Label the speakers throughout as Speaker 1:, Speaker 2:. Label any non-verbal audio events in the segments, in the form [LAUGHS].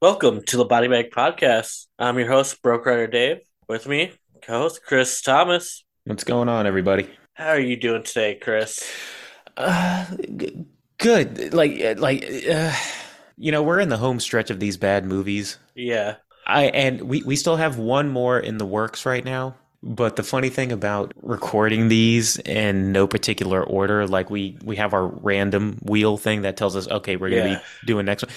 Speaker 1: Welcome to the Body Bag Podcast. I'm your host, Broke Rider Dave. With me, co-host Chris Thomas.
Speaker 2: What's going on, everybody?
Speaker 1: How are you doing today, Chris?
Speaker 2: Uh, g- good. Like, like, uh, you know, we're in the home stretch of these bad movies.
Speaker 1: Yeah.
Speaker 2: I and we we still have one more in the works right now. But the funny thing about recording these in no particular order, like we we have our random wheel thing that tells us, okay, we're gonna
Speaker 1: Yeah.
Speaker 2: be doing next one.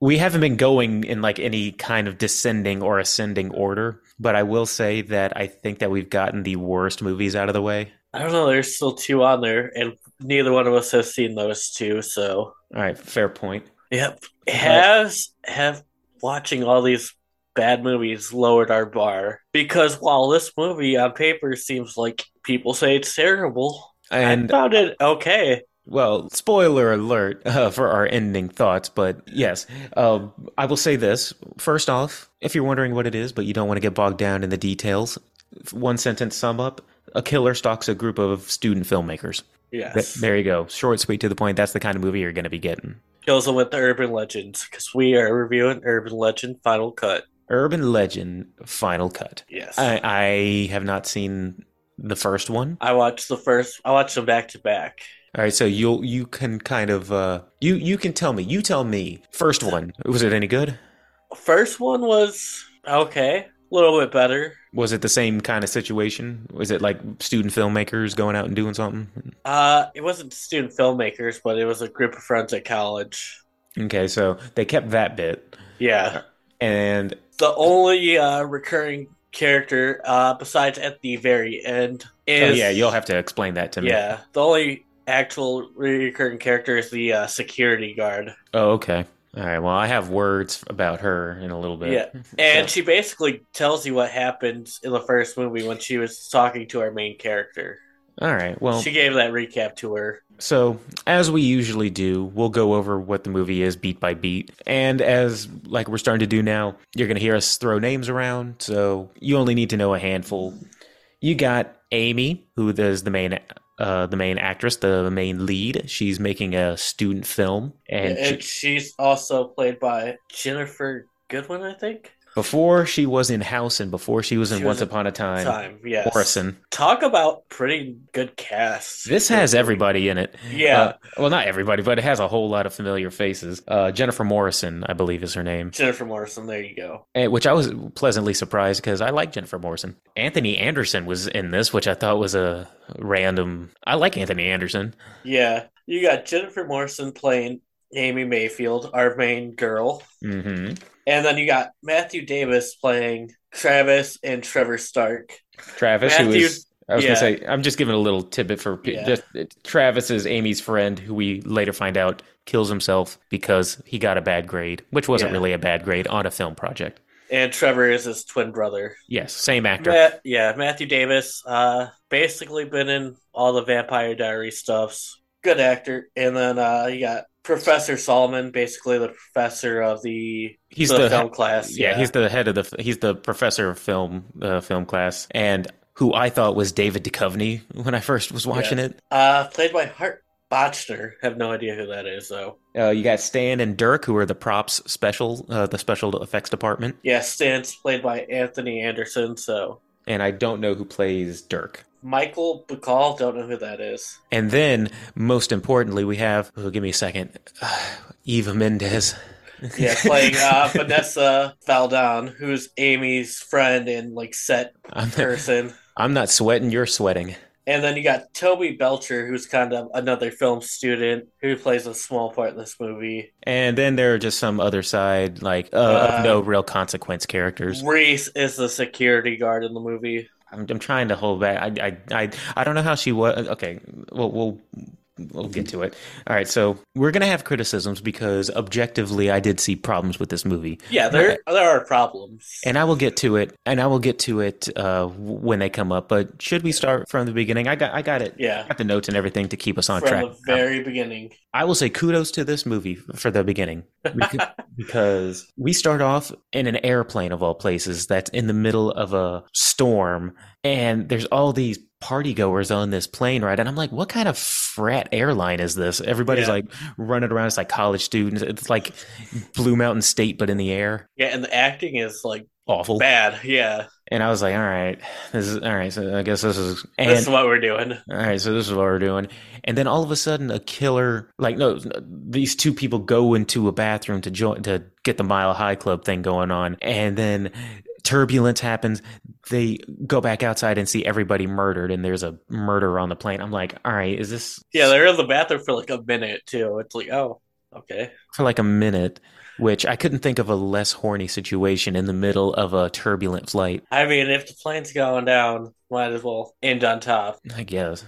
Speaker 2: We haven't been going in like any kind of descending or ascending order, but I will say that I think that we've gotten the worst movies out of the way.
Speaker 1: I don't know, there's still two on there, and neither one of us has seen those two, so
Speaker 2: All right, fair point.
Speaker 1: Yep. Has have watching all these bad movies lowered our bar. Because while this movie on paper seems like people say it's terrible,
Speaker 2: And
Speaker 1: I found it okay.
Speaker 2: Well, spoiler alert uh, for our ending thoughts, but yes, um, I will say this. First off, if you're wondering what it is, but you don't want to get bogged down in the details, f- one sentence sum up a killer stalks a group of student filmmakers. Th-
Speaker 1: Yes.
Speaker 2: there you go. Short, sweet, to the point. That's the kind of movie you're going to be getting.
Speaker 1: Kills them with the urban legends, because we are reviewing Urban Legend Final Cut.
Speaker 2: Urban Legend Final Cut.
Speaker 1: Yes. I,
Speaker 2: I, I have not seen the first one.
Speaker 1: watched the first I watched them back to back.
Speaker 2: All right, so you'll you can kind of uh you you can tell me. You tell me. First one, was it any good?
Speaker 1: First one was okay. A little bit better.
Speaker 2: Was it the same kind of situation? Was it like student filmmakers going out and doing something?
Speaker 1: Uh it wasn't student filmmakers, but it was a group of friends at college.
Speaker 2: Okay, so they kept that bit.
Speaker 1: Yeah.
Speaker 2: And
Speaker 1: The only uh, recurring character, uh, besides at the very end,
Speaker 2: oh,
Speaker 1: is
Speaker 2: yeah, you'll have to explain that to me.
Speaker 1: yeah. The only actual recurring character is the uh, security guard,
Speaker 2: Oh, okay. All right. Well, I have words about her in a little bit.
Speaker 1: Yeah.
Speaker 2: [LAUGHS]
Speaker 1: and she basically tells you what happens in the first movie when she was talking to our main character.
Speaker 2: All right. Well,
Speaker 1: she gave that recap to her.
Speaker 2: So, as we usually do, we'll go over what the movie is beat by beat. And as like we're starting to do now, you're going to hear us throw names around, so you only need to know a handful. You got Amy, who is the main uh, the main actress, the main lead. She's making a student film, and
Speaker 1: And,
Speaker 2: she-
Speaker 1: she's also played by Jennifer Goodwin, I think.
Speaker 2: before she was in House, and before she was in
Speaker 1: She was
Speaker 2: Once
Speaker 1: in
Speaker 2: Upon a Time,
Speaker 1: Time, yes.
Speaker 2: Morrison.
Speaker 1: Talk about pretty good cast.
Speaker 2: This has everybody in it.
Speaker 1: Yeah.
Speaker 2: Uh, well, not everybody, but it has a whole lot of familiar faces. Uh, Jennifer Morrison, I believe, is her name.
Speaker 1: Jennifer Morrison, there you go.
Speaker 2: Eh, which I was pleasantly surprised because I like Jennifer Morrison. Anthony Anderson was in this, which I thought was a random. I like Anthony Anderson.
Speaker 1: Yeah, you got Jennifer Morrison playing Amy Mayfield, our main girl,
Speaker 2: Mm-hmm.
Speaker 1: and then you got Matthew Davis playing Travis and Trevor Stark.
Speaker 2: Travis, who
Speaker 1: Matthew-
Speaker 2: is I was
Speaker 1: yeah.
Speaker 2: gonna say, I'm just giving a little tidbit for pe-
Speaker 1: Yeah.
Speaker 2: just Travis is Amy's friend, who we later find out kills himself because he got a bad grade, which wasn't
Speaker 1: Yeah.
Speaker 2: really a bad grade on a film project.
Speaker 1: And Trevor is his twin brother.
Speaker 2: Yes, same actor.
Speaker 1: Matt, yeah, Matthew Davis, uh, basically been in all the Vampire Diary stuffs. Good actor. And then uh, you got Professor Solomon, basically the professor of the,
Speaker 2: He's
Speaker 1: the,
Speaker 2: the,
Speaker 1: film class.
Speaker 2: yeah, he's the head of the he's the professor of film uh, film class and who I thought was David Duchovny when I first was watching it.
Speaker 1: uh, played by Hart Botchner. Have no idea who that is though.
Speaker 2: Uh, you got Stan and Dirk, who are the props special, uh, the special effects department,
Speaker 1: Yeah, Stan's played by Anthony Anderson, so
Speaker 2: and I don't know who plays Dirk.
Speaker 1: Michael Bacall, don't know who that is.
Speaker 2: And then, most importantly, we have. Oh, give me a second. [SIGHS] Eva Mendes. [LAUGHS]
Speaker 1: Yeah, playing uh, Vanessa Valdon, who's Amy's friend and like set
Speaker 2: I'm,
Speaker 1: person.
Speaker 2: I'm not sweating. You're sweating.
Speaker 1: And then you got Toby Belcher, who's kind of another film student who plays a small part in this movie.
Speaker 2: And then there are just some other side, like uh,
Speaker 1: Uh,
Speaker 2: of no real consequence characters.
Speaker 1: Reese is the security guard in the movie.
Speaker 2: I'm, I'm trying to hold back. I, I, I, I don't know how she was. Okay, we'll, we'll we'll get to it. All right, so we're gonna have criticisms because objectively, I did see problems with this movie,
Speaker 1: Yeah, there there are problems.
Speaker 2: and I will get to it, and I will get to it uh, w- when they come up. But should we start from the beginning? I got I got it. I
Speaker 1: yeah,
Speaker 2: got the notes and everything to keep us on
Speaker 1: from
Speaker 2: track.
Speaker 1: the very beginning.
Speaker 2: I will say kudos to this movie for the beginning Beca- because we start off in an airplane of all places that's in the middle of a storm and there's all these party goers on this plane ride. And I'm like, what kind of frat airline is this? Everybody's
Speaker 1: Yeah.
Speaker 2: like running around. It's like college students. It's like Blue Mountain State, but in the air.
Speaker 1: Yeah, and the acting is like
Speaker 2: Awful.
Speaker 1: bad. Yeah,
Speaker 2: And I was like, all right, this is all right. So I guess this is. And,
Speaker 1: this is what we're doing.
Speaker 2: all right, so this is what we're doing. And then all of a sudden, a killer, like, no, these two people go into a bathroom to join, to get the Mile High Club thing going on. And then turbulence happens. They go back outside and see everybody murdered, and there's a murder on the plane. I'm like, all right, is this
Speaker 1: Yeah, they're in the bathroom for like a minute too. It's like, oh, okay.
Speaker 2: for like a minute? Which I couldn't think of a less horny situation in the middle of a turbulent flight,
Speaker 1: I mean, if the plane's going down, might as well end on
Speaker 2: [LAUGHS]
Speaker 1: top. [LAUGHS]
Speaker 2: I guess.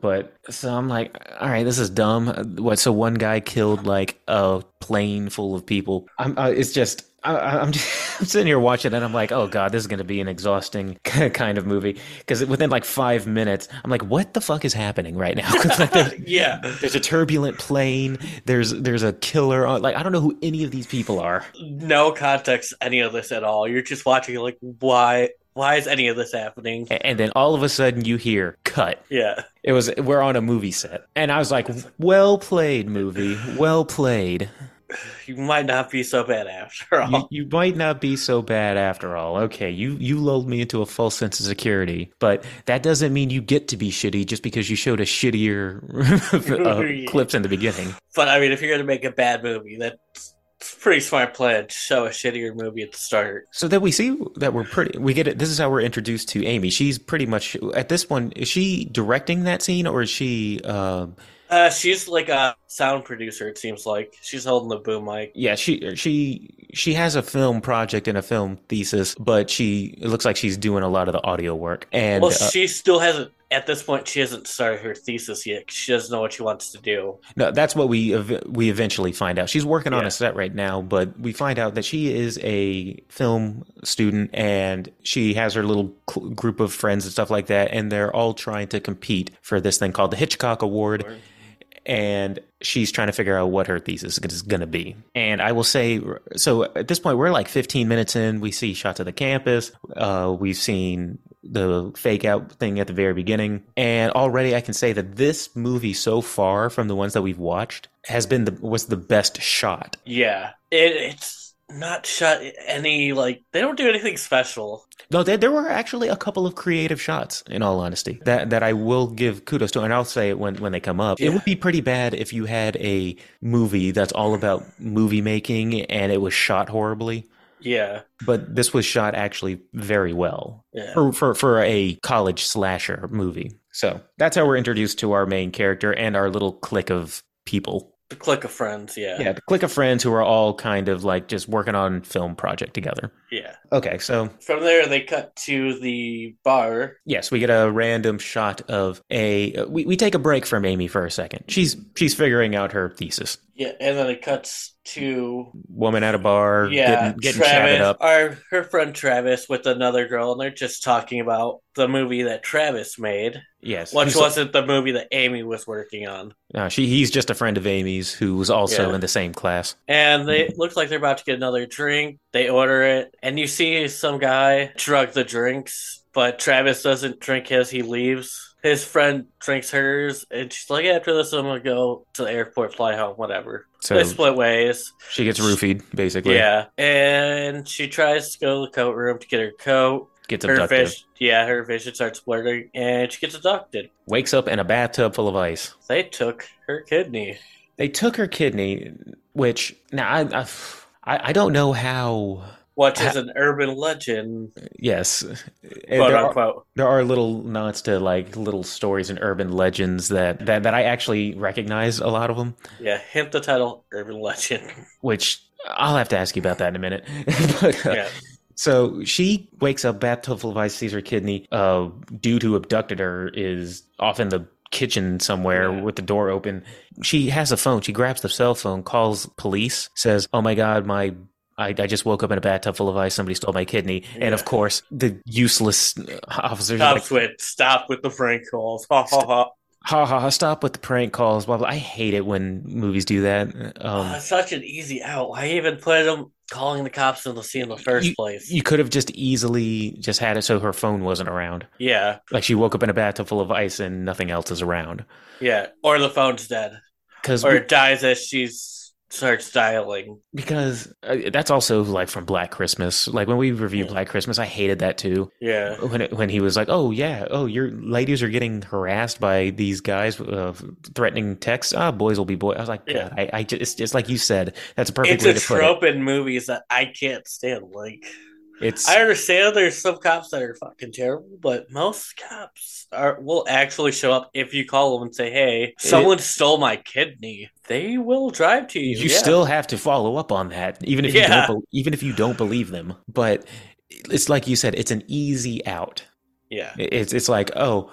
Speaker 2: But so I'm like, all right, this is dumb. What? So one guy killed like a plane full of people. I'm. Uh, it's just. I- I, I'm [LAUGHS] just I'm sitting here watching and I'm like, oh god, this is going to be an exhausting [LAUGHS] kind of movie because within like five minutes, I'm like, what the fuck is happening right now? [LAUGHS] 'Cause, like, there-
Speaker 1: yeah,
Speaker 2: there's a turbulent plane. There's there's a killer. On, like I don't know who any of these people are.
Speaker 1: no context to any of this at all. You're just watching like, why? Why is any of this happening?
Speaker 2: A- And then all of a sudden you hear cut.
Speaker 1: Yeah,
Speaker 2: It was we're on a movie set, and I was like, well played, movie, well played.
Speaker 1: you might not be so bad after all.
Speaker 2: you, you might not be so bad after all. Okay, you you lulled me into a false sense of security, but that doesn't mean you get to be shitty just because you showed a shittier
Speaker 1: [LAUGHS]
Speaker 2: [LAUGHS] uh, clips in the beginning.
Speaker 1: But I mean, if you're gonna make a bad movie, that's it's a pretty smart plan to show a shittier movie at the start.
Speaker 2: So that we see that we're pretty. We get it. This is how we're introduced to Amy. She's pretty much at this one. Is she directing that scene or is she? Uh,
Speaker 1: Uh, she's like a sound producer. It seems like she's holding the boom mic.
Speaker 2: yeah, she she she has a film project and a film thesis, but she it looks like she's doing a lot of the audio work. And
Speaker 1: well,
Speaker 2: uh,
Speaker 1: she still hasn't. At this point, she hasn't started her thesis yet. 'cause She doesn't know what she wants to do.
Speaker 2: No, that's what we ev- we eventually find out. She's working on
Speaker 1: Yeah.
Speaker 2: a set right now, but we find out that she is a film student and she has her little cl- group of friends and stuff like that, and they're all trying to compete for this thing called the Hitchcock Award, and she's trying to figure out what her thesis is going to be. And I will say, so at this point, we're like 15 minutes in. We see shots of the campus. Uh, we've seen the fake out thing at the very beginning. And already I can say that this movie so far from the ones that we've watched has been the was the best shot.
Speaker 1: Yeah, it, it's not shut any like they don't do anything special.
Speaker 2: No, there, there were actually a couple of creative shots in all honesty that that I will give kudos to and I'll say it when when they come up.
Speaker 1: Yeah.
Speaker 2: It would be pretty bad if you had a movie that's all about movie making and it was shot horribly,
Speaker 1: Yeah,
Speaker 2: but this was shot actually very well.
Speaker 1: yeah.
Speaker 2: for, for for a college slasher movie. So that's how we're introduced to our main character and our little clique of people.
Speaker 1: The click of friends. Yeah,
Speaker 2: Yeah, the clique of friends who are all kind of like just working on film project together.
Speaker 1: yeah.
Speaker 2: Okay, so
Speaker 1: From there, they cut to the bar.
Speaker 2: yes, we get a random shot of a. uh, We, we take a break from Amy for a second. She's she's figuring out her thesis.
Speaker 1: Yeah, and then it cuts to
Speaker 2: Woman at a bar,
Speaker 1: yeah,
Speaker 2: getting, getting
Speaker 1: Travis,
Speaker 2: shattered up.
Speaker 1: our her friend Travis with another girl, and they're just talking about the movie that Travis made,
Speaker 2: Yes,
Speaker 1: which
Speaker 2: He's-
Speaker 1: wasn't the movie that Amy was working on.
Speaker 2: no, she he's just a friend of Amy's who was also
Speaker 1: Yeah.
Speaker 2: in the same class.
Speaker 1: And they
Speaker 2: Hmm.
Speaker 1: it looks like they're about to get another drink. They order it, and you see some guy drug the drinks, but Travis doesn't drink his. He leaves. His friend drinks hers, and she's like, "After this, I'm gonna go to the airport, fly home, whatever."
Speaker 2: So
Speaker 1: they split ways.
Speaker 2: she gets roofied basically.
Speaker 1: Yeah, and she tries to go to the coat room to get her coat.
Speaker 2: gets
Speaker 1: her
Speaker 2: abducted.
Speaker 1: fish, yeah, her vision starts blurring, and she gets abducted.
Speaker 2: wakes up in a bathtub full of ice.
Speaker 1: They took her kidney.
Speaker 2: They took her kidney, which now I I, I don't know how.
Speaker 1: What is an urban legend,
Speaker 2: Yes, there
Speaker 1: quote
Speaker 2: are,
Speaker 1: unquote.
Speaker 2: there are little nods to like little stories and urban legends that that that I actually recognize a lot of them.
Speaker 1: Yeah, hint the title, urban legend.
Speaker 2: Which I'll have to ask you about that in a minute. [LAUGHS] but, uh, [LAUGHS]
Speaker 1: Yeah.
Speaker 2: So she wakes up, bathtub full of ice, sees her kidney. Uh, dude who abducted her is off in the kitchen somewhere
Speaker 1: Yeah.
Speaker 2: with the door open. She has a phone. She grabs the cell phone, calls police, says, "Oh my god, my." I, I just woke up in a bathtub full of ice. Somebody stole my kidney, and
Speaker 1: Yeah.
Speaker 2: of course, the useless uh, officers are like,
Speaker 1: Cops with stop with the prank calls. [LAUGHS] Ha ha ha.
Speaker 2: "Ha ha ha! Stop with the prank
Speaker 1: Uh,
Speaker 2: calls." Blah blah. I hate it when movies do that. Um,
Speaker 1: Ah, such an easy out. I even put them calling the cops on the scene in the first place.
Speaker 2: You could have just easily just had it so her phone wasn't around.
Speaker 1: yeah,
Speaker 2: Like she woke up in a bathtub full of ice and nothing else is around.
Speaker 1: yeah. Or the phone's dead,
Speaker 2: Because
Speaker 1: or it dies as she starts dialing.
Speaker 2: because uh, that's also like from Black Christmas. Like when we reviewed
Speaker 1: Yeah.
Speaker 2: Black Christmas, I hated that too.
Speaker 1: Yeah,
Speaker 2: When it, when he was like, "Oh yeah, oh your ladies are getting harassed by these guys uh, threatening texts. Ah, boys will be boys." I was like,
Speaker 1: Yeah.
Speaker 2: "God, I, I just it's just like you said. That's a perfect
Speaker 1: it's
Speaker 2: way
Speaker 1: a
Speaker 2: to
Speaker 1: trope in movies that I can't stand. Like,
Speaker 2: put it. It's
Speaker 1: I understand there's some cops that are fucking terrible, but most cops are will actually show up if you call them and say, "Hey, someone stole my kidney." They will drive to you.
Speaker 2: you
Speaker 1: yeah.
Speaker 2: still have to follow up on that, even if
Speaker 1: Yeah.
Speaker 2: you don't, be- even if you don't believe them. But it's like you said, it's an easy out.
Speaker 1: yeah,
Speaker 2: It's it's like oh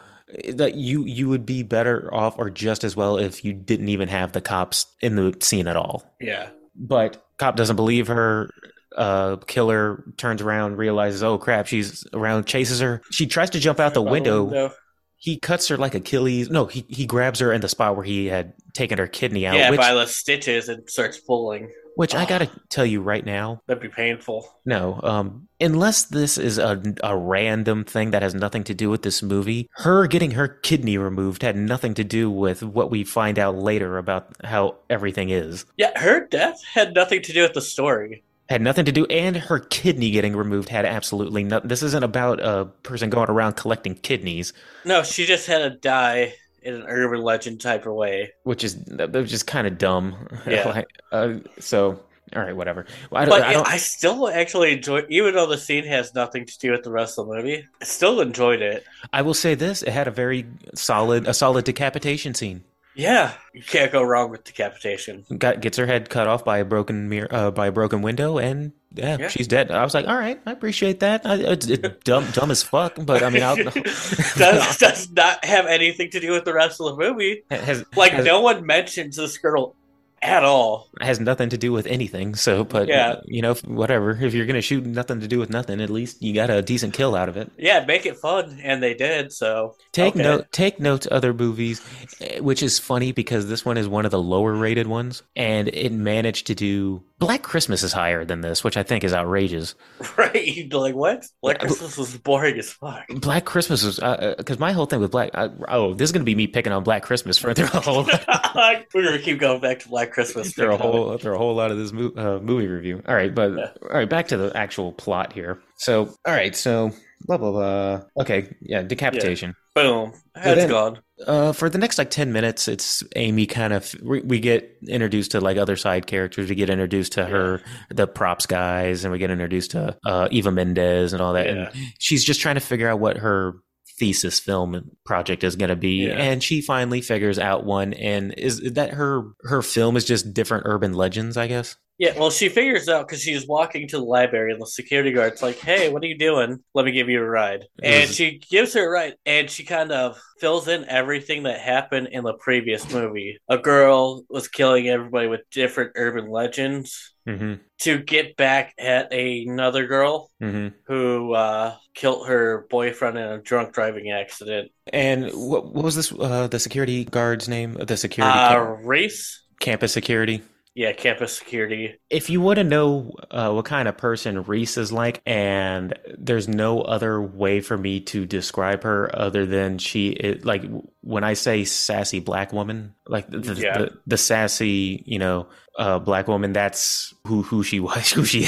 Speaker 2: that you you would be better off or just as well if you didn't even have the cops in the scene at all.
Speaker 1: yeah,
Speaker 2: But cop doesn't believe her. Uh, killer turns around, realizes oh crap, she's around, chases her. She tries to jump
Speaker 1: Oh,
Speaker 2: out the window. He cuts her like Achilles. No, he he grabs her in the spot where he had taken her kidney out.
Speaker 1: yeah,
Speaker 2: which
Speaker 1: by the Oh. stitches and starts pulling.
Speaker 2: which I
Speaker 1: Ugh.
Speaker 2: gotta tell you right now,
Speaker 1: That'd be painful.
Speaker 2: No, um, unless this is a, a random thing that has nothing to do with this movie, her getting her kidney removed had nothing to do with what we find out later about how everything is.
Speaker 1: Yeah, her death had nothing to do with the story.
Speaker 2: Had nothing to do, and her kidney getting removed had absolutely nothing. This isn't about a person going around collecting kidneys,
Speaker 1: No, she just had to die in an urban legend type of way.
Speaker 2: which is that was just kind of dumb. [LAUGHS]
Speaker 1: Yeah.
Speaker 2: Like, uh, so, all right, whatever. Well, I don't,
Speaker 1: But
Speaker 2: I
Speaker 1: I,
Speaker 2: don't,
Speaker 1: I still actually enjoy, even though the scene has nothing to do with the rest of the movie. I still enjoyed it.
Speaker 2: I will say this: it had a very solid, a solid decapitation scene.
Speaker 1: Yeah, you can't go wrong with decapitation.
Speaker 2: got gets her head cut off by a broken mirror uh, by a broken window and yeah,
Speaker 1: Yeah.
Speaker 2: she's dead i was like all right i appreciate that I, it's, it's dumb dumb as fuck but i mean
Speaker 1: [LAUGHS]
Speaker 2: I'll, [LAUGHS]
Speaker 1: does does not have anything to do with the rest of the movie.
Speaker 2: has,
Speaker 1: Like
Speaker 2: has,
Speaker 1: no one mentions this girl at all.
Speaker 2: has nothing to do with anything so but
Speaker 1: Yeah.
Speaker 2: you know whatever if you're gonna shoot nothing to do with nothing at least you got a decent kill out of it
Speaker 1: Yeah, make it fun, and they did. So
Speaker 2: take
Speaker 1: Okay.
Speaker 2: note take note to other movies eh, which is funny because this one is one of the lower rated ones and it managed to do black christmas is higher than this which i think is outrageous
Speaker 1: [LAUGHS] right, like what? Like
Speaker 2: Yeah, but-
Speaker 1: Christmas was boring as
Speaker 2: [LAUGHS]
Speaker 1: fuck.
Speaker 2: Black Christmas was because my whole thing with Black. I, oh, this is gonna be me picking on Black Christmas for through a whole [LAUGHS]
Speaker 1: [LAUGHS] We're gonna keep going back to Black Christmas.
Speaker 2: through a whole through a whole lot of this mo- uh, movie review. All right, but
Speaker 1: Yeah.
Speaker 2: all right, back to the actual plot here. So, all right, so blah blah blah. Okay, yeah, decapitation.
Speaker 1: Boom,
Speaker 2: But
Speaker 1: head's
Speaker 2: then-
Speaker 1: gone.
Speaker 2: Uh, for the next like 10 minutes it's amy kind of we, we get introduced to like other side characters we get introduced to her the props guys and we get introduced to uh, eva mendez and all that and she's just trying to figure out what her thesis film project is going to be
Speaker 1: Yeah.
Speaker 2: and she finally figures out one and is is that her her film is just different urban legends i guess
Speaker 1: Yeah, well, she figures out because she's walking to the library, and the security guard's like, "Hey, what are you doing? Let me give you a ride."
Speaker 2: It
Speaker 1: And
Speaker 2: was-
Speaker 1: she gives her a ride, and she kind of fills in everything that happened in the previous movie. A girl was killing everybody with different urban legends
Speaker 2: mm-hmm
Speaker 1: to get back at another girl
Speaker 2: mm-hmm
Speaker 1: who uh, killed her boyfriend in a drunk driving accident.
Speaker 2: and what, what was this uh the security guard's name the security
Speaker 1: Uh,
Speaker 2: cam-
Speaker 1: race.
Speaker 2: campus security
Speaker 1: Yeah, campus security.
Speaker 2: if you want to know uh, what kind of person Reese is like, and there's no other way for me to describe her other than she, is, like, when I say sassy black woman, like the, the,
Speaker 1: Yeah.
Speaker 2: the, the sassy, you know, uh, black woman, that's who, who she [LAUGHS] was, who she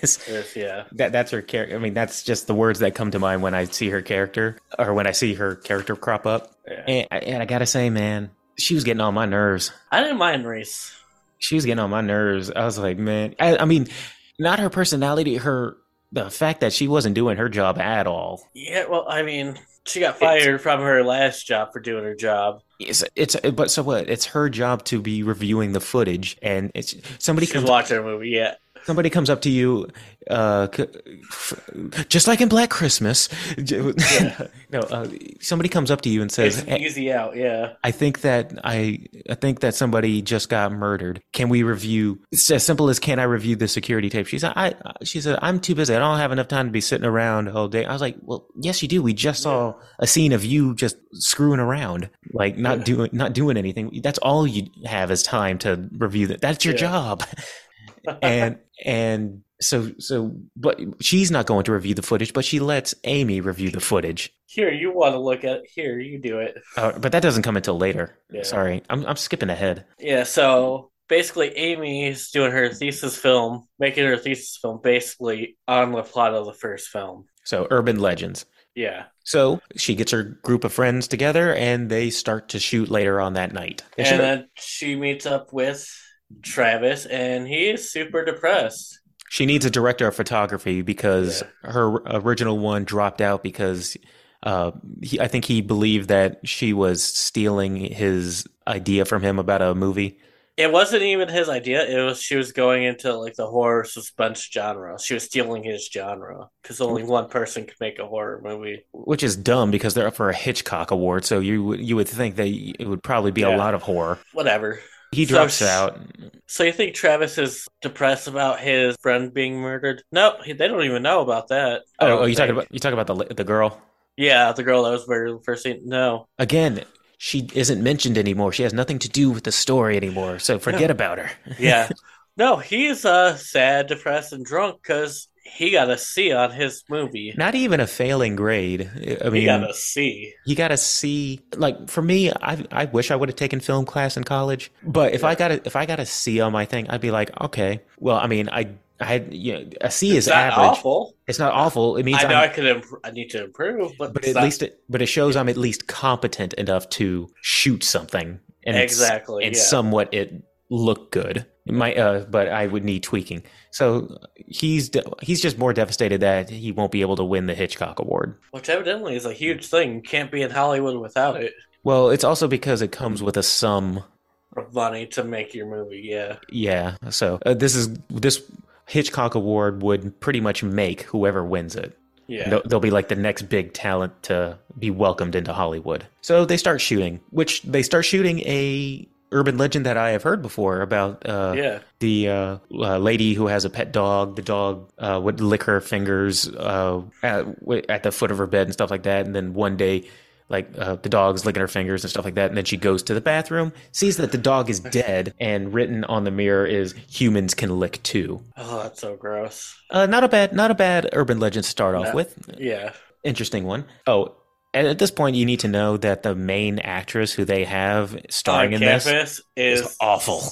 Speaker 2: is.
Speaker 1: There's- yeah.
Speaker 2: That that's her character. I mean, that's just the words that come to mind when I see her character, or when I see her character crop up.
Speaker 1: yeah.
Speaker 2: And, and I gotta say, man, she was getting on my nerves
Speaker 1: I didn't mind race.
Speaker 2: she was getting on my nerves. I was like, man, I, I mean, not her personality, her the fact that she wasn't doing her job at all.
Speaker 1: Yeah, well, I mean, she got fired from her last job for doing her job.
Speaker 2: It's, it's but so what? It's her job to be reviewing the footage, and it's somebody
Speaker 1: She's
Speaker 2: comes
Speaker 1: watching a movie. Yeah,
Speaker 2: somebody comes up to you, uh, c- just like in Black Christmas. [LAUGHS] no, uh, somebody comes up to you and says,
Speaker 1: it's easy out. Yeah,
Speaker 2: I think that I I think that somebody just got murdered. Can we review? It's as simple as can I review the security tape? She said I she said I'm too busy. I don't have enough time to be sitting around all day. I was like, well, yes, you do. We just saw a scene of you just screwing around, like not
Speaker 1: Yeah.
Speaker 2: doing not
Speaker 1: [LAUGHS]
Speaker 2: doing anything. That's all you have is time to review that. That's your
Speaker 1: Yeah.
Speaker 2: job. and and so so but she's not going to review the footage but she lets amy review the footage
Speaker 1: Here, you want to look at here, you do it.
Speaker 2: uh, but that doesn't come until later
Speaker 1: Yeah.
Speaker 2: sorry I'm, I'm skipping ahead
Speaker 1: Yeah, so basically, Amy's doing her thesis film, making her thesis film basically on the plot of the first film.
Speaker 2: so urban legends
Speaker 1: Yeah.
Speaker 2: so she gets her group of friends together and they start to shoot later on that night They shoot-
Speaker 1: And then she meets up with Travis, and he is super depressed.
Speaker 2: She needs a director of photography because her original one dropped out because uh, he, I think he believed that she was stealing his idea from him about a movie.
Speaker 1: It wasn't even his idea. It was she was going into like the horror suspense genre. She was stealing his genre because only
Speaker 2: Mm-hmm.
Speaker 1: one person could make a horror movie.
Speaker 2: Which is dumb because they're up for a Hitchcock award, so you would- you would think that it would probably be
Speaker 1: Yeah.
Speaker 2: a lot of horror.
Speaker 1: Whatever.
Speaker 2: He
Speaker 1: So
Speaker 2: drops
Speaker 1: sh-
Speaker 2: out.
Speaker 1: So you think Travis is depressed about his friend being murdered? Nope, he- they don't even know about that. I
Speaker 2: Oh,
Speaker 1: don't
Speaker 2: oh, you talking
Speaker 1: think.
Speaker 2: about you talking about the li- the girl
Speaker 1: Yeah, the girl that was murdered in the first scene.
Speaker 2: [LAUGHS]
Speaker 1: No.
Speaker 2: again? She isn't mentioned anymore. She has nothing to do with the story anymore. So forget about her.
Speaker 1: Yeah. no, he's uh sad, depressed, and drunk because he got a C on his movie.
Speaker 2: Not even a failing grade. I mean,
Speaker 1: he got a C.
Speaker 2: you got to see like for me I I wish I would have taken film class in college but if I got a, if I got a C on my thing I'd be like okay well I mean I I had you know a C
Speaker 1: It's
Speaker 2: is
Speaker 1: not
Speaker 2: average
Speaker 1: awful.
Speaker 2: it's not awful it means
Speaker 1: I know
Speaker 2: I'm-
Speaker 1: I could. Imp- I need to improve, but,
Speaker 2: but
Speaker 1: it's
Speaker 2: at
Speaker 1: not-
Speaker 2: least it, but it shows I'm at least competent enough to shoot something and it's-
Speaker 1: exactly.
Speaker 2: and
Speaker 1: yeah.
Speaker 2: somewhat it looked good my uh but I would need tweaking so he's de- he's just more devastated that he won't be able to win the Hitchcock award
Speaker 1: Which evidently is a huge thing. You can't be in Hollywood without it.
Speaker 2: well it's also because it comes with a sum
Speaker 1: Of money to make your movie. Yeah.
Speaker 2: Yeah. So uh, this is this Hitchcock Award would pretty much make whoever wins it.
Speaker 1: Yeah.
Speaker 2: They'll, they'll be like the next big talent to be welcomed into Hollywood. So they start shooting, which they start shooting a urban legend that I have heard before about uh,
Speaker 1: yeah.
Speaker 2: the uh, uh, lady who has a pet dog. The dog uh, would lick her fingers uh, at, w- at the foot of her bed and stuff like that. And then one day, like uh, the dog's licking her fingers and stuff like that. And then she goes to the bathroom, sees that the dog is dead, and written on the mirror is "Humans can lick too."
Speaker 1: Oh, that's so gross.
Speaker 2: Uh, not a bad, not a bad urban legend to start off
Speaker 1: No.
Speaker 2: with.
Speaker 1: Yeah.
Speaker 2: Interesting one. Oh. And at this point, you need to know that the main actress who they have
Speaker 1: on
Speaker 2: starring in this,
Speaker 1: campus
Speaker 2: is
Speaker 1: is,
Speaker 2: awful.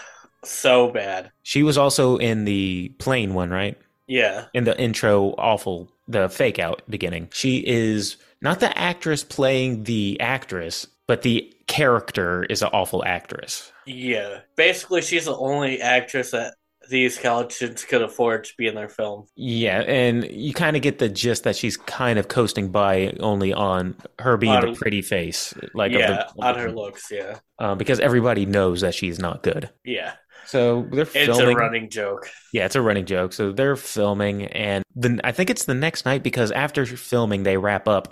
Speaker 1: [LAUGHS] So bad.
Speaker 2: she was also in the plane one, right?
Speaker 1: Yeah.
Speaker 2: in the intro awful the fake out beginning she is not the actress playing the actress but the character is an awful actress
Speaker 1: Yeah. Basically, she's the only actress that these college students could afford to be in their film.
Speaker 2: yeah and you kind of get the gist that she's kind of coasting by only on her being
Speaker 1: On-
Speaker 2: the pretty face like
Speaker 1: yeah.
Speaker 2: of the, [LAUGHS]
Speaker 1: on her looks. Yeah.
Speaker 2: uh, because everybody knows that she's not good
Speaker 1: Yeah.
Speaker 2: so they're
Speaker 1: It's
Speaker 2: filming
Speaker 1: a running joke.
Speaker 2: Yeah, it's a running joke. So they're filming, and then I think it's the next night because after filming, they wrap up,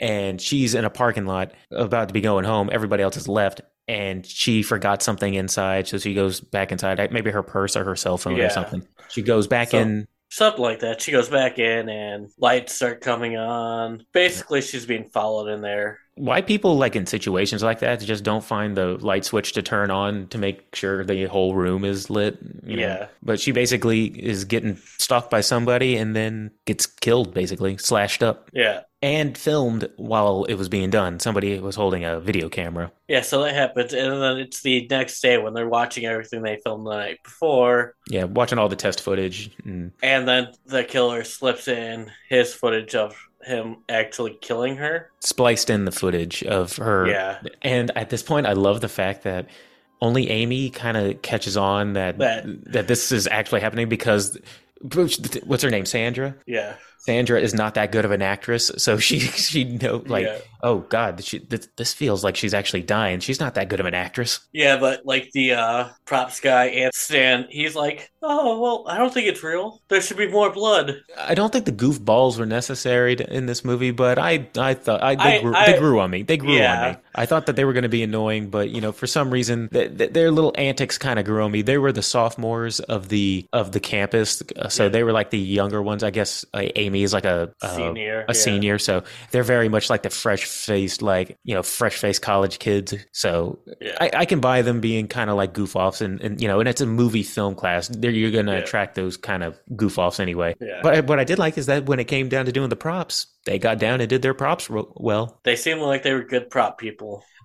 Speaker 2: and she's in a parking lot about to be going home. Everybody else has left, and she forgot something inside, so she goes back inside, like maybe her purse or her cell phone
Speaker 1: Yeah.
Speaker 2: or something. She goes back
Speaker 1: So-
Speaker 2: in.
Speaker 1: Something like that. She goes back in and lights start coming on. Basically, she's being followed in there.
Speaker 2: Why people like in situations like that just don't find the light switch to turn on to make sure the whole room is lit? you know?
Speaker 1: Yeah.
Speaker 2: But she basically is getting stalked by somebody and then gets killed, basically slashed up.
Speaker 1: Yeah.
Speaker 2: and filmed while it was being done. Somebody was holding a video camera.
Speaker 1: Yeah, so that happens. And then it's the next day when they're watching everything they filmed the night before.
Speaker 2: Yeah, watching all the test footage. And
Speaker 1: And then the killer slips in his footage of him actually killing her.
Speaker 2: spliced in the footage of her.
Speaker 1: Yeah.
Speaker 2: And at this point, I love the fact that only Amy kind of catches on that, that
Speaker 1: That-
Speaker 2: this is actually happening because what's her name? Sandra.
Speaker 1: Yeah.
Speaker 2: Sandra is not that good of an actress, so she [LAUGHS] she know like
Speaker 1: yeah.
Speaker 2: oh god, she, this, this feels like she's actually dying. She's not that good of an actress.
Speaker 1: Yeah, but like the uh props guy and Stan, he's like, Oh well, I don't think it's real. There should be more blood.
Speaker 2: I don't think the goofballs were necessary to, in this movie, but I, I thought I, they,
Speaker 1: I-
Speaker 2: grew,
Speaker 1: I-
Speaker 2: they grew on me. They grew on
Speaker 1: Yeah.
Speaker 2: me. I thought that they were going to be annoying, but you know, for some reason, th- th- their little antics kind of grew on me. They were the sophomores of the of the campus, uh, so
Speaker 1: Yeah.
Speaker 2: they were like the younger ones. I guess uh, Amy is like a, a
Speaker 1: Senior,
Speaker 2: a
Speaker 1: yeah.
Speaker 2: senior. So they're very much like the fresh faced, like you know, fresh faced college kids. So
Speaker 1: Yeah.
Speaker 2: I, I can buy them being kind of like goof offs, and, and you know, and it's a movie film class. There you're gonna
Speaker 1: Yeah.
Speaker 2: attract those kind of goof offs anyway.
Speaker 1: Yeah.
Speaker 2: But I- what I did like is that when it came down to doing the props, they got down and did their props ro- well.
Speaker 1: They seem like they were good prop people.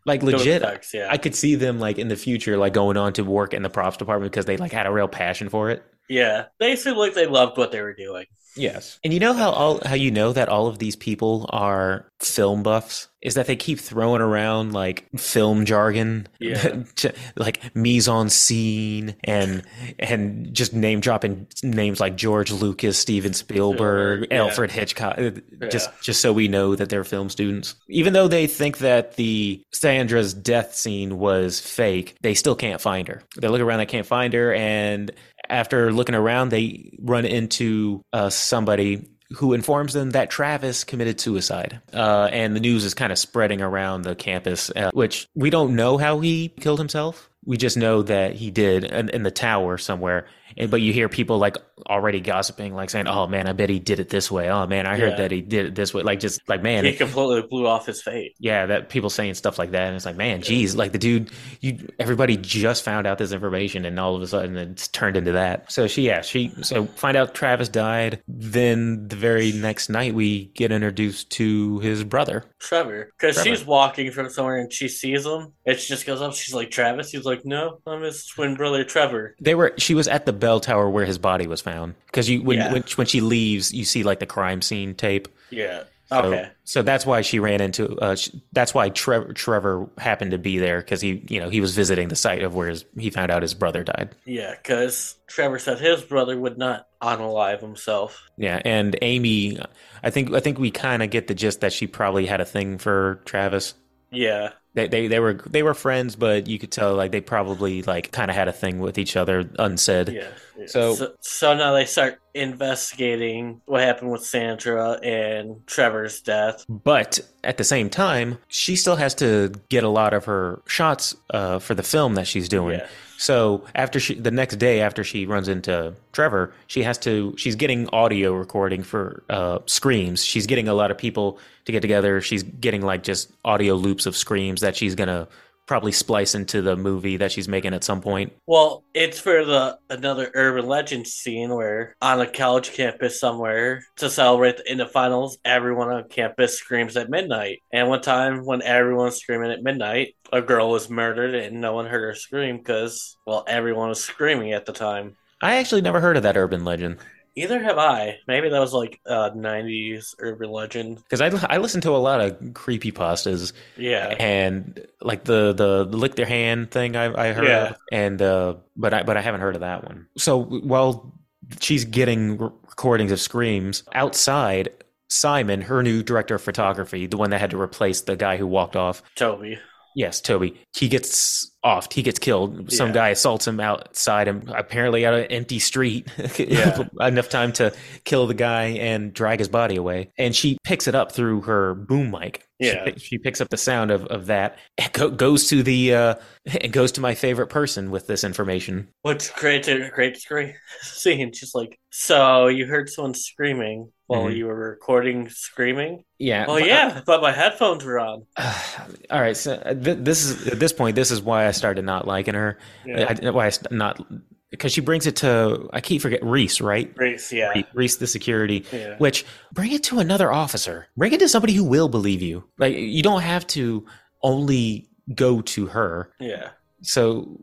Speaker 2: Like
Speaker 1: Doing
Speaker 2: legit,
Speaker 1: effects, yeah.
Speaker 2: I could see them like in the future, like going on to work in the props department because they like had a real passion for it.
Speaker 1: yeah. They seemed like they loved what they were doing.
Speaker 2: Yes. And you know how all how you know that all of these people are film buffs is that they keep throwing around like film jargon,
Speaker 1: Yeah.
Speaker 2: [LAUGHS] to- like mise en scene and and just name dropping names like George Lucas, Steven Spielberg,
Speaker 1: Spielberg, yeah.
Speaker 2: Alfred Hitchcock, uh, just just so we know that they're film students. Even though they think that the Sandra's death scene was fake, they still can't find her. They look around, they can't find her, and after looking around, they run into uh, somebody who informs them that Travis committed suicide. Uh, and the news is kind of spreading around the campus, uh, which we don't know how he killed himself. We just know that he did in, in the tower somewhere. And, but you hear people like already gossiping, like saying, "Oh man, I bet he did it this way." Oh man, I heard
Speaker 1: Yeah.
Speaker 2: that he did it this way. Like just like man,
Speaker 1: He completely blew off his fate.
Speaker 2: yeah, that people saying stuff like that, and it's like, man, geez, like the dude, you everybody just found out this information, and all of a sudden it's turned into that. So she, yeah, she, so find out Travis died. Then the very next night, we get introduced to his brother.
Speaker 1: Trevor. Because
Speaker 2: Trevor.
Speaker 1: she's walking from somewhere and she sees him. And she just goes up. She's like, Travis? He's like, no, I'm his twin brother, Trevor.
Speaker 2: They were, she was at the bell tower where his body was found because you when,
Speaker 1: Yeah.
Speaker 2: when when she leaves, you see like the crime scene tape.
Speaker 1: Yeah.
Speaker 2: So-
Speaker 1: Okay.
Speaker 2: So, that's why she ran into. Uh, sh that's why Trevor, Trevor happened to be there because he, you know, he was visiting the site of where his, he found out his brother died.
Speaker 1: Yeah, because Trevor said his brother would not unalive himself.
Speaker 2: Yeah, and Amy, I think I think we kind of get the gist that she probably had a thing for Travis.
Speaker 1: Yeah.
Speaker 2: They, they they were they were friends, but you could tell like they probably like kind of had a thing with each other unsaid.
Speaker 1: Yeah. yeah.
Speaker 2: So-
Speaker 1: so so now they start investigating what happened with Sandra and Trevor's death.
Speaker 2: But at the same time, she still has to get a lot of her shots uh, for the film that she's doing.
Speaker 1: Yeah.
Speaker 2: So after she, the next day after she runs into Trevor, she has to. She's getting audio recording for uh, screams. She's getting a lot of people to get together. She's getting like just audio loops of screams that she's gonna probably splice into the movie that she's making at some point.
Speaker 1: Well, it's for the another urban legend scene where on a college campus somewhere to celebrate in the finals, everyone on campus screams at midnight. And one time when everyone was screaming at midnight, a girl was murdered and no one heard her scream because well, everyone was screaming at the time.
Speaker 2: I actually never heard of that urban legend
Speaker 1: Either have I. Maybe that was like a '90s urban legend.
Speaker 2: because I I listen to a lot of creepy pastas
Speaker 1: Yeah,
Speaker 2: and like the the lick their hand thing I, I heard
Speaker 1: Yeah.
Speaker 2: of, and uh, but I but I haven't heard of that one. So while she's getting r recordings of screams outside, Simon, her new director of photography, the one that had to replace the guy who walked off,
Speaker 1: Toby.
Speaker 2: Yes, Toby. He gets offed. He gets killed. Some
Speaker 1: Yeah.
Speaker 2: guy assaults him outside him, apparently out of an empty street. [LAUGHS]
Speaker 1: Yeah.
Speaker 2: Enough time to kill the guy and drag his body away. And she picks it up through her boom mic. She
Speaker 1: Yeah.
Speaker 2: pi- She, picks up the sound of, of that and go, goes to the, uh, [LAUGHS] and goes to my favorite person with this information.
Speaker 1: Which creates a great screen [LAUGHS] scene. She's like, "So you heard someone screaming while
Speaker 2: Mhm.
Speaker 1: you were recording screaming?"
Speaker 2: Yeah.
Speaker 1: Well,
Speaker 2: but-
Speaker 1: Oh, yeah, but my headphones were on.
Speaker 2: [SIGHS] all right. So uh, th- this is, at this point, this is why I started not liking her.
Speaker 1: Yeah.
Speaker 2: I, why I st- not, because she brings it to, I keep forget Reese, right?
Speaker 1: Race, yeah.
Speaker 2: Reese the security,
Speaker 1: Yeah.
Speaker 2: which bring it to another officer. Bring it to somebody who will believe you. Like you don't have to only go to her.
Speaker 1: Yeah.
Speaker 2: So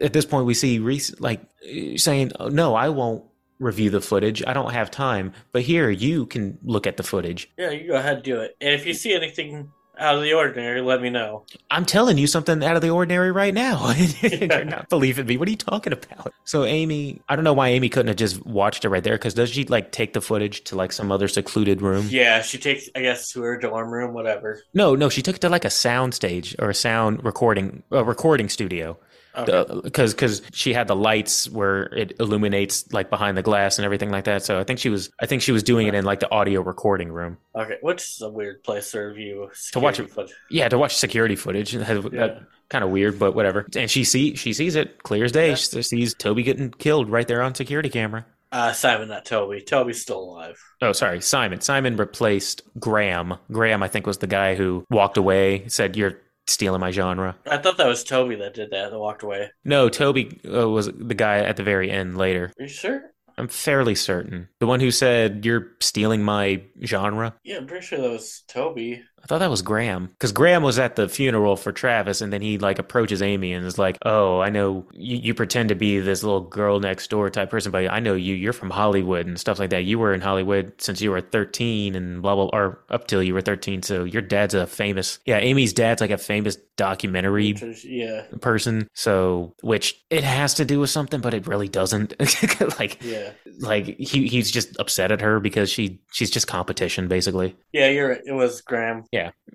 Speaker 2: at this point, we see Reese like eh, saying, oh, "No, I won't review the footage. I don't have time. But here, you can look at the footage.
Speaker 1: Yeah, you go ahead and do it. And if you see anything out of the ordinary, let me know.
Speaker 2: I'm telling you something out of the ordinary right now. [LAUGHS] You're not believing me. What are you talking about? So Amy, I don't know why Amy couldn't have just watched it right there. Because does she like take the footage to like some other secluded room?
Speaker 1: Yeah, she takes, I guess, to her dorm room, whatever.
Speaker 2: No, no, she took it to like a sound stage or a sound recording a recording studio
Speaker 1: Okay.
Speaker 2: because because she had the lights where it illuminates like behind the glass and everything like that. So I think she was I think she was doing it in like the audio recording room.
Speaker 1: Okay, which is a weird place to review.
Speaker 2: To watch
Speaker 1: security
Speaker 2: it.
Speaker 1: footage.
Speaker 2: Yeah, to watch security footage. [LAUGHS]
Speaker 1: Yeah.
Speaker 2: Kind of weird, but whatever. And she see she sees it clear as day.
Speaker 1: Yeah.
Speaker 2: She sees Toby getting killed right there on security camera.
Speaker 1: Uh, Simon, not Toby. Toby's still alive.
Speaker 2: Oh, sorry, Simon. Simon replaced Graham. Graham, I think, was the guy who walked away, said, You're stealing my genre.
Speaker 1: I thought that was Toby that did that, that walked away.
Speaker 2: No, Toby uh, was the guy at the very end later.
Speaker 1: Are you sure?
Speaker 2: I'm fairly certain. The one who said, You're stealing my genre.
Speaker 1: Yeah, I'm pretty sure that was Toby.
Speaker 2: I thought that was Graham. Because Graham was at the funeral for Travis, and then he like approaches Amy and is like, Oh, I know you, you pretend to be this little girl next door type person, but I know you. You're from Hollywood and stuff like that. You were in Hollywood since you were 13 and blah, blah, or up till you were 13. So your dad's a famous, yeah, Amy's dad's like a famous documentary
Speaker 1: Yeah,
Speaker 2: person. So, which it has to do with something, but it really doesn't. [LAUGHS] like,
Speaker 1: yeah.
Speaker 2: like he he's just upset at her because she she's just competition basically.
Speaker 1: Yeah, you're right. It was Graham.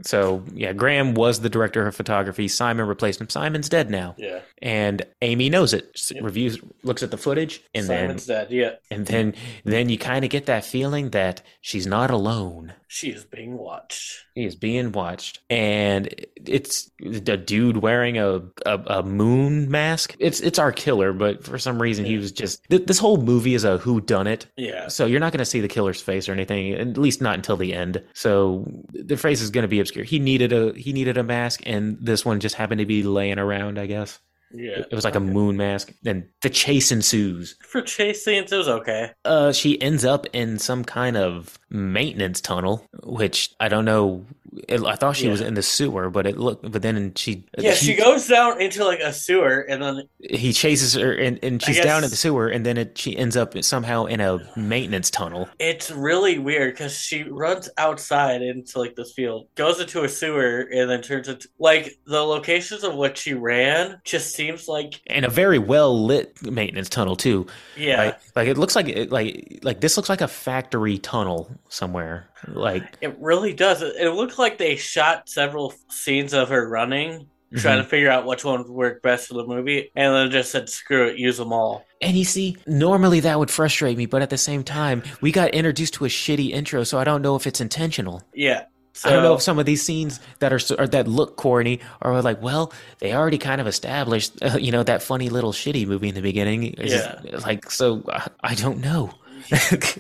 Speaker 2: So yeah, Graham was the director of photography. Simon replaced him. Simon's dead now,
Speaker 1: Yeah.
Speaker 2: and Amy knows it. S-
Speaker 1: Yep.
Speaker 2: Reviews looks at the footage, and
Speaker 1: Simon's dead. Yeah.
Speaker 2: then and then then you kind of get that feeling that she's not alone.
Speaker 1: She is being watched.
Speaker 2: He is being watched, and it's a dude wearing a, a a moon mask. It's it's our killer, but for some reason he
Speaker 1: Yeah.
Speaker 2: was just th- this whole movie is a who done it.
Speaker 1: Yeah.
Speaker 2: So you're not going to see the killer's face or anything, at least not until the end. So the face is going to be obscure. He needed a he needed a mask, and this one just happened to be laying around. I guess
Speaker 1: Yeah.
Speaker 2: it was like a moon mask. And the chase ensues.
Speaker 1: For chase scenes, it was okay.
Speaker 2: Uh, she ends up in some kind of maintenance tunnel, which I don't know. It, I thought she was
Speaker 1: Yeah.
Speaker 2: in the sewer, but it looked. But then she
Speaker 1: Yeah, she goes down into like a sewer and then
Speaker 2: he chases her, and, and
Speaker 1: I
Speaker 2: she's down in
Speaker 1: guess-
Speaker 2: the sewer, and then it, she ends up somehow in a maintenance tunnel.
Speaker 1: It's really weird because she runs outside into like this field, goes into a sewer, and then turns into like the locations of what she ran just seems like
Speaker 2: and a very well lit maintenance tunnel too.
Speaker 1: yeah,
Speaker 2: Like, like it looks like it, like like this looks like a factory tunnel somewhere. Like
Speaker 1: it really does. It, it looked like they shot several scenes of her running, trying
Speaker 2: mhm.
Speaker 1: to figure out which one worked best for the movie, and then just said, "Screw it, use them all."
Speaker 2: and you see, normally that would frustrate me, but at the same time, we got introduced to a shitty intro, so I don't know if it's intentional.
Speaker 1: Yeah, so
Speaker 2: I don't know if some of these scenes that are s- or that look corny are like, well, they already kind of established, [LAUGHS] uh, you know, that funny little shitty movie in the beginning. It's just- like so, I, I don't know. [LAUGHS]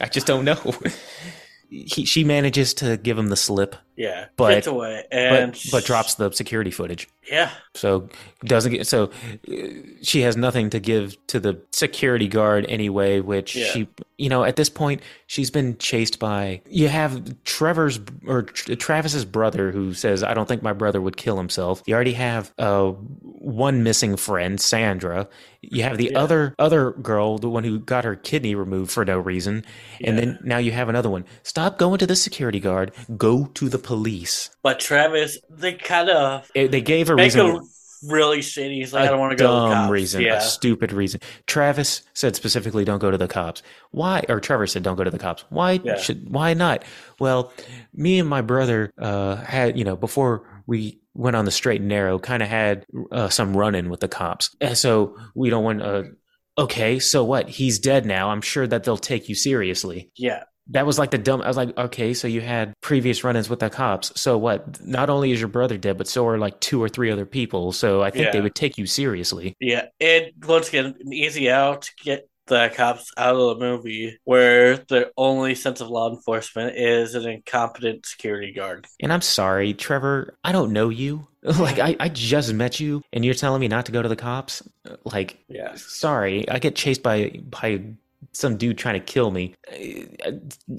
Speaker 2: I just don't know. [LAUGHS] he, she manages to give him the slip.
Speaker 1: yeah,
Speaker 2: but-
Speaker 1: gets away and
Speaker 2: but, but drops the security footage.
Speaker 1: Yeah,
Speaker 2: So doesn't get so uh, she has nothing to give to the security guard anyway. Which
Speaker 1: Yeah.
Speaker 2: she, you know, at this point she's been chased by. You have Trevor's or Tr- Travis's brother who says, "I don't think my brother would kill himself." You already have uh, one missing friend, Sandra. You have the
Speaker 1: Yeah.
Speaker 2: other other girl, the one who got her kidney removed for no reason, and
Speaker 1: Yeah.
Speaker 2: then now you have another one. Stop going to the security guard. Go to the police.
Speaker 1: but Travis, they kind of
Speaker 2: It- they gave a
Speaker 1: make
Speaker 2: reason.
Speaker 1: a really shitty. He's like, I
Speaker 2: I
Speaker 1: I don't want to go. to the
Speaker 2: dumb
Speaker 1: cops."
Speaker 2: reason,
Speaker 1: Yeah.
Speaker 2: a stupid reason. Travis said specifically, "Don't go to the cops." Why? Or Trevor said, "Don't go to the cops." Why
Speaker 1: Yeah.
Speaker 2: should? Why not? Well, me and my brother uh, had, you know, before we went on the straight and narrow, kind of had uh, some run-in with the cops, and so we don't want. Uh, okay, so what? He's dead now. I'm sure that they'll take you seriously.
Speaker 1: Yeah,
Speaker 2: That was like the dumb. I was like, okay, so you had previous run-ins with the cops. So what? Not only is your brother dead, but so are like two or three other people. So I think they
Speaker 1: Yeah.
Speaker 2: would take you seriously.
Speaker 1: yeah. It once again an easy out to get the cops out of the movie, where their only sense of law enforcement is an incompetent security guard.
Speaker 2: And I'm sorry, Trevor. I don't know you. [LAUGHS] like I, I just met you, and you're telling me not to go to the cops. Like,
Speaker 1: Yeah,
Speaker 2: sorry, I get chased by by some dude trying to kill me. I-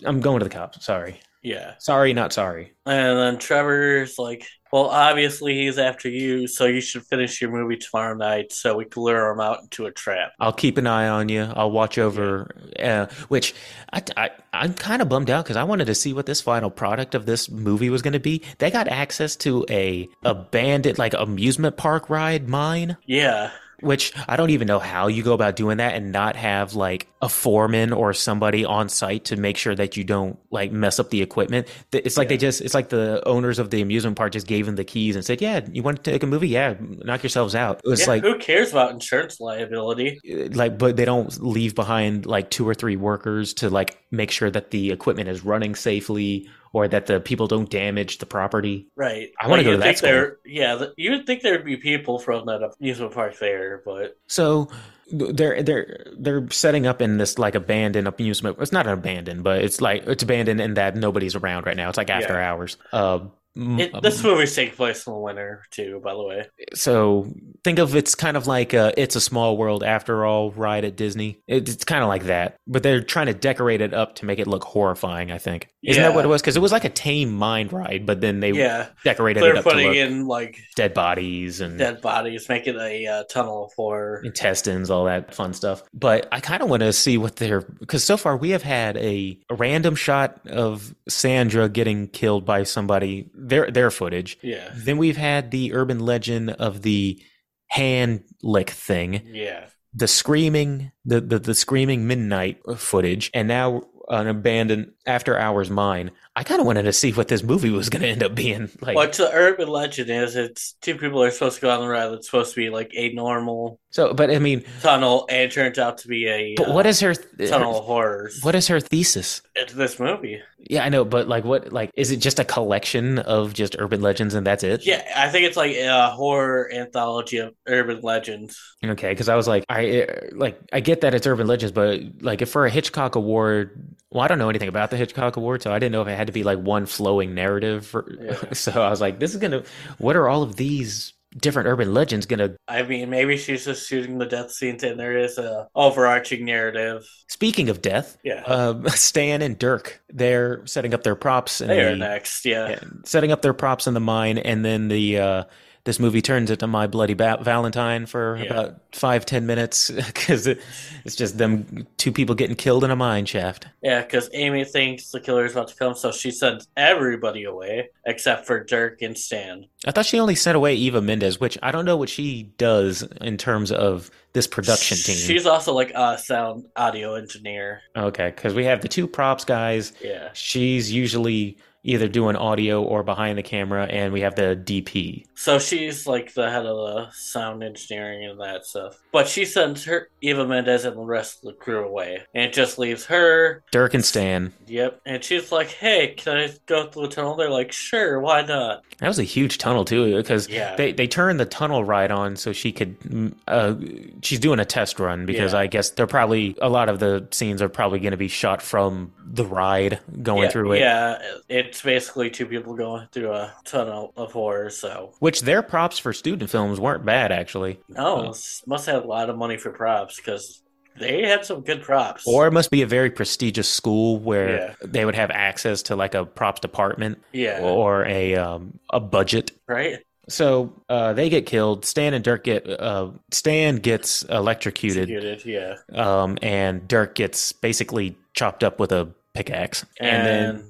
Speaker 2: I'm going to the cops. Sorry,
Speaker 1: yeah.
Speaker 2: sorry, not sorry.
Speaker 1: And then Trevor's like, "Well, obviously he's after you, so you should finish your movie tomorrow night, so we can lure him out into a trap."
Speaker 2: I'll keep an eye on you. I'll watch over. Uh, which I, I I'm kind of bummed out because I wanted to see what this final product of this movie was going to be. They got access to a abandoned like amusement park ride mine.
Speaker 1: Yeah,
Speaker 2: Which I don't even know how you go about doing that and not have like a foreman or somebody on site to make sure that you don't like mess up the equipment. Th- It's like they just, it's like the owners of the amusement park just gave them the keys and said, Yeah, you want to take a movie? Yeah, knock yourselves out. It was
Speaker 1: yeah.
Speaker 2: like,
Speaker 1: who cares about insurance liability?
Speaker 2: like, but they don't leave behind like two or three workers to like make sure that the equipment is running safely or that the people don't damage the property.
Speaker 1: Right.
Speaker 2: I wanna
Speaker 1: Like,
Speaker 2: go to
Speaker 1: you'd
Speaker 2: that
Speaker 1: think
Speaker 2: school.
Speaker 1: there- Yeah, th- you would think there'd be people from that amusement park there, but
Speaker 2: So they're they're they're setting up in this like abandoned amusement. It's not an abandoned, but it's like it's abandoned in that nobody's around right now. It's like after hours. Uh, m-
Speaker 1: it, this movie's taking place in the winter too. By the way,
Speaker 2: so think of it's kind of like a it's a small world after all ride at Disney. It, it's kind of like that, but they're trying to decorate it up to make it look horrifying. I think isn't that
Speaker 1: Yeah.
Speaker 2: what it was? Because it was like a tame mind ride, but then they
Speaker 1: yeah,
Speaker 2: decorated it
Speaker 1: they're
Speaker 2: up to
Speaker 1: putting
Speaker 2: look Mm.
Speaker 1: in like
Speaker 2: dead bodies and
Speaker 1: dead bodies, making a uh, tunnel for
Speaker 2: Mm. intestines, all that fun stuff. But I kind of want to see what they're because so far we have had a, a random shot of Sandra getting killed by somebody. Their their footage.
Speaker 1: yeah,
Speaker 2: Then we've had the urban legend of the hand lick thing,
Speaker 1: yeah,
Speaker 2: the screaming, the the, the screaming midnight footage, and now an abandoned after hours mine. I kind of wanted to see what this movie was going to end up being like.
Speaker 1: What the urban legend is, it's two people are supposed to go on the ride that's supposed to be like a normal
Speaker 2: So, but I mean,
Speaker 1: tunnel, and it turns out to be a
Speaker 2: but
Speaker 1: uh,
Speaker 2: what is her,
Speaker 1: tunnel
Speaker 2: her
Speaker 1: of horrors.
Speaker 2: what is her thesis?
Speaker 1: It's this movie.
Speaker 2: Yeah, I know, but like, what, like, is it just a collection of just urban legends and that's it?
Speaker 1: Yeah, I think it's like a horror anthology of urban legends.
Speaker 2: Okay, because I was like, I uh, like, I get that it's urban legends, but like, if for a Hitchcock Award, well, I don't know anything about the Hitchcock Award, so I didn't know if it had to be like one flowing narrative. Or,
Speaker 1: Yeah.
Speaker 2: [LAUGHS] So I was like, this is gonna, what are all of these different urban legends gonna?
Speaker 1: I mean, maybe she's just shooting the death scenes, and there is a overarching narrative.
Speaker 2: Speaking of death,
Speaker 1: Yeah,
Speaker 2: um, [LAUGHS] Stan and Dirk, they're setting up their props. In
Speaker 1: they are
Speaker 2: the-
Speaker 1: next. Yeah,
Speaker 2: Yeah, setting up their props in the mine, and then the uh, this movie turns into My Bloody ba- Valentine for
Speaker 1: Yeah.
Speaker 2: about five ten minutes [LAUGHS] because it, it's just them two people getting killed in a mine shaft.
Speaker 1: yeah, because Amy thinks the killer is about to come, so she sends everybody away except for Dirk and Stan.
Speaker 2: I thought she only sent away Eva Mendes, which I don't know what she does in terms of this production team.
Speaker 1: She's also like a sound audio engineer.
Speaker 2: okay, because we have the two props guys.
Speaker 1: Yeah.
Speaker 2: She's usually either doing audio or behind the camera, and we have the DP.
Speaker 1: So she's like the head of the sound engineering and that stuff. But she sends her Eva Mendes and the rest of the crew away. And it just leaves her.
Speaker 2: Dirk and Stan.
Speaker 1: Yep. And she's like, Hey, can I go through the tunnel? They're like, Sure, why not?
Speaker 2: That was a huge tunnel too, because
Speaker 1: Yeah.
Speaker 2: they they turned the tunnel ride on so she could mm, uh she's doing a test run because
Speaker 1: Yeah.
Speaker 2: i guess they're probably a lot of the scenes are probably going to be shot from the ride going
Speaker 1: yeah,
Speaker 2: through it
Speaker 1: Yeah, it's basically two people going through a tunnel of horror, so
Speaker 2: which their props for student films weren't bad actually
Speaker 1: no, s- must have a lot of money for props because they had some good props.
Speaker 2: or it must be a very prestigious school where
Speaker 1: Yeah.
Speaker 2: they would have access to like a props department
Speaker 1: yeah,
Speaker 2: or a um, a budget
Speaker 1: right?
Speaker 2: so uh, they get killed stan and dirk get uh, stan gets electrocuted
Speaker 1: Executed, yeah,
Speaker 2: um, and Dirk gets basically chopped up with a pickaxe, and,
Speaker 1: and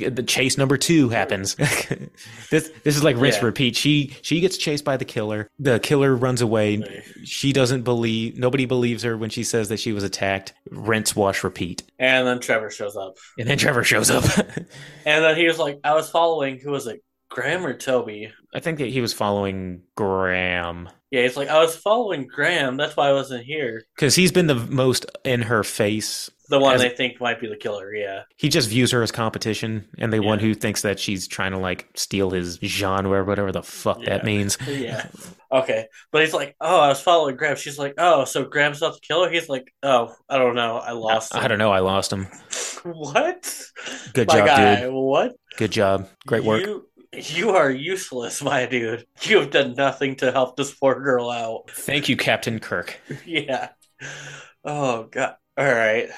Speaker 2: then uh, the chase number two happens. [LAUGHS] this this is like rinse
Speaker 1: Yeah.
Speaker 2: repeat. She she gets chased by the killer. The killer runs away. She doesn't believe. Nobody believes her when she says that she was attacked. Rinse, wash, repeat.
Speaker 1: and then Trevor shows up.
Speaker 2: And then Trevor shows up.
Speaker 1: And then he was like, I was following, who was it, Graham or Toby?
Speaker 2: [LAUGHS] I think that he was following Graham
Speaker 1: Yeah, he's like, I was following Graham. That's why I wasn't here.
Speaker 2: because he's been the most in her face.
Speaker 1: The one
Speaker 2: As-
Speaker 1: they think might be the killer. Yeah.
Speaker 2: He just views her as competition and the one
Speaker 1: Yeah.
Speaker 2: who thinks that she's trying to like steal his genre or whatever the fuck
Speaker 1: Yeah.
Speaker 2: that means.
Speaker 1: Yeah. [LAUGHS] Okay. But he's like, oh, I was following Graham. She's like, oh, so Graham's not the killer? He's like, oh, I don't know. I lost.
Speaker 2: I don't know. I lost him.
Speaker 1: know. [LAUGHS] What?
Speaker 2: Good
Speaker 1: my
Speaker 2: job,
Speaker 1: guy,
Speaker 2: dude.
Speaker 1: what?
Speaker 2: Good job. Great work.
Speaker 1: You, you are useless, my dude. You have done nothing to help this poor girl out. [LAUGHS]
Speaker 2: Thank you, Captain Kirk.
Speaker 1: yeah. Oh, God. All right.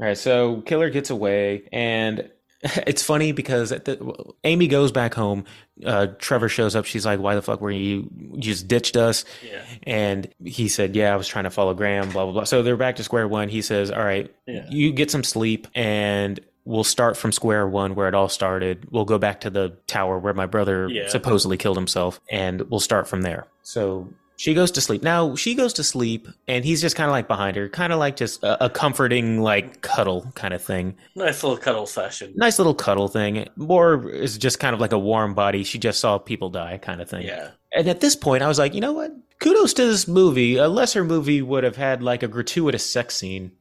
Speaker 2: All right. So Killer gets away, and [LAUGHS] it's funny because at the, Amy goes back home. Uh, Trevor shows up. She's like, "Why the fuck were you? You just ditched us."
Speaker 1: Yeah.
Speaker 2: And he said, "Yeah, I was trying to follow Graham." Blah blah blah. So they're back to square one. He says, "All right,
Speaker 1: Yeah.
Speaker 2: you get some sleep and we'll start from square one where it all started we'll go back to the tower where my brother
Speaker 1: Yeah.
Speaker 2: supposedly killed himself and we'll start from there so she goes to sleep now she goes to sleep and he's just kind of like behind her kind of like just a, a comforting like cuddle kind of thing
Speaker 1: Nice little cuddle session.
Speaker 2: nice little cuddle thing more is just kind of like a warm body she just saw people die kind of thing
Speaker 1: Yeah. [LAUGHS]
Speaker 2: and at this point, I was like, you know what? Kudos to this movie. A lesser movie would have had like a gratuitous sex scene.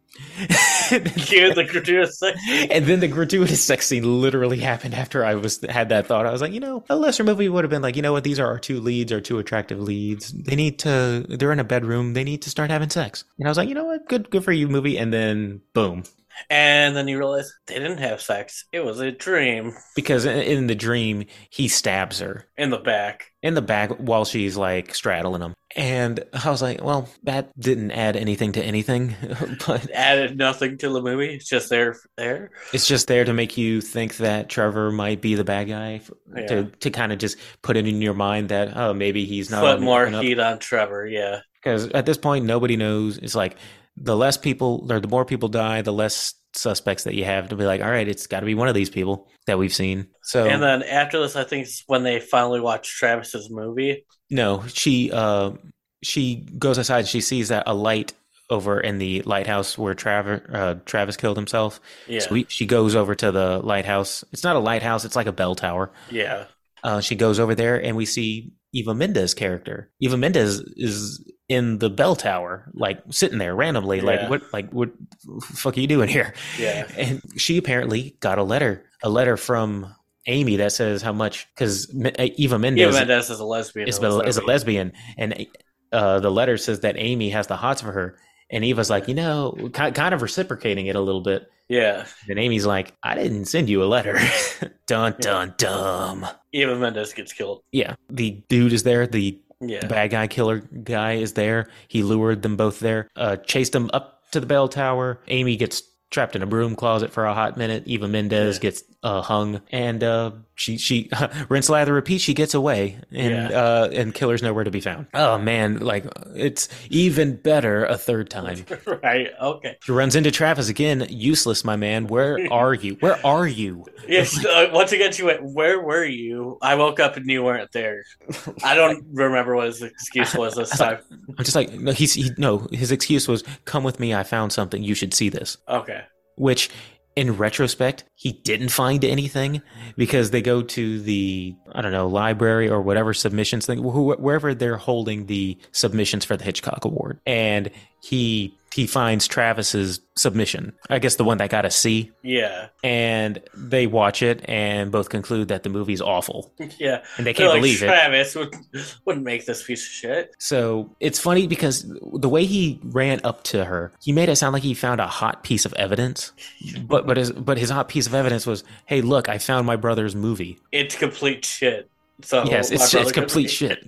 Speaker 1: Cue the gratuitous sex.
Speaker 2: and then the gratuitous sex scene literally happened after I was had that thought. I was like, you know, a lesser movie would have been like, you know what, these are our two leads, our two attractive leads. They need to they're in a bedroom, they need to start having sex. And I was like, you know what, good good for you movie, and then boom.
Speaker 1: And then you realize they didn't have sex. It was a dream
Speaker 2: Because in, in the dream, he stabs her
Speaker 1: in the back.
Speaker 2: in the back while she's like straddling him. And I was like, well, that didn't add anything to anything, [LAUGHS] but
Speaker 1: Added nothing to the movie. It's just there there.
Speaker 2: It's just there to make you think that Trevor might be the bad guy f
Speaker 1: Yeah.
Speaker 2: to to kind of just put it in your mind that oh maybe he's not
Speaker 1: Put more heat on Trevor, yeah.
Speaker 2: because at this point nobody knows. It's like the less people or the more people die, the less suspects that you have to be like, all right, it's got to be one of these people that we've seen. So
Speaker 1: And then after this, I think it's when they finally watch Travis's movie.
Speaker 2: no, she uh, she goes outside. And she sees that a light over in the lighthouse where Trevor uh, Travis killed himself.
Speaker 1: Yeah.
Speaker 2: So we, she goes over to the lighthouse. It's not a lighthouse. It's like a bell tower.
Speaker 1: Yeah.
Speaker 2: Uh, she goes over there, and we see Eva Mendes' character. Eva Mendes is in the bell tower, like sitting there randomly,
Speaker 1: Yeah.
Speaker 2: like what, like what, the fuck are you doing here?
Speaker 1: Yeah.
Speaker 2: And she apparently got a letter, a letter from Amy that says how much because Eva
Speaker 1: Yeah,
Speaker 2: Mendes
Speaker 1: Mendez is a lesbian.
Speaker 2: is,
Speaker 1: in this
Speaker 2: a- is a
Speaker 1: movie.
Speaker 2: lesbian, and uh, the letter says that Amy has the hots for her. And Eva's like, you know, ki- kind of reciprocating it a little bit.
Speaker 1: Yeah.
Speaker 2: And Amy's like, I didn't send you a letter. [LAUGHS] dun, dun, dum.
Speaker 1: Eva Mendez gets killed.
Speaker 2: Yeah, the dude is there. The
Speaker 1: Yeah.
Speaker 2: bad guy killer guy is there. He lured them both there. Uh, chased them up to the bell tower. Amy gets trapped in a broom closet for a hot minute. Eva Mendez
Speaker 1: Yeah.
Speaker 2: gets uh, hung, and uh, she she [LAUGHS] rinse lather repeat. She gets away, and
Speaker 1: Yeah.
Speaker 2: uh, and killer's nowhere to be found. Oh man, like it's even better a third time.
Speaker 1: [LAUGHS] right. Okay.
Speaker 2: She runs into Travis again. Useless, my
Speaker 1: [LAUGHS]
Speaker 2: man. Where are you? Where are you?
Speaker 1: Yes. Uh, once again, she went, Where were you? I woke up and you weren't there. I
Speaker 2: [LAUGHS]
Speaker 1: don't remember what his excuse was this time.
Speaker 2: I'm just like no. He's he, no. His excuse was, "Come with me. I found something. You should see this."
Speaker 1: Okay.
Speaker 2: which in retrospect he didn't find anything because they go to the i don't know library or whatever submissions thing wh- wherever they're holding the submissions for the hitchcock award and he he finds travis's submission i guess the one that got a c
Speaker 1: Yeah.
Speaker 2: and they watch it and both conclude that the movie's awful
Speaker 1: Yeah.
Speaker 2: and
Speaker 1: They're
Speaker 2: they can't
Speaker 1: like,
Speaker 2: believe it
Speaker 1: Travis would, wouldn't make this piece of shit.
Speaker 2: so it's funny because the way he ran up to her, he made it sound like he found a hot piece of evidence. But but his but his hot piece of evidence was, hey, look, I found my brother's movie.
Speaker 1: It's complete shit. So
Speaker 2: yes,
Speaker 1: Oh, my
Speaker 2: it's
Speaker 1: brother
Speaker 2: it's
Speaker 1: couldn't
Speaker 2: complete
Speaker 1: make-
Speaker 2: shit.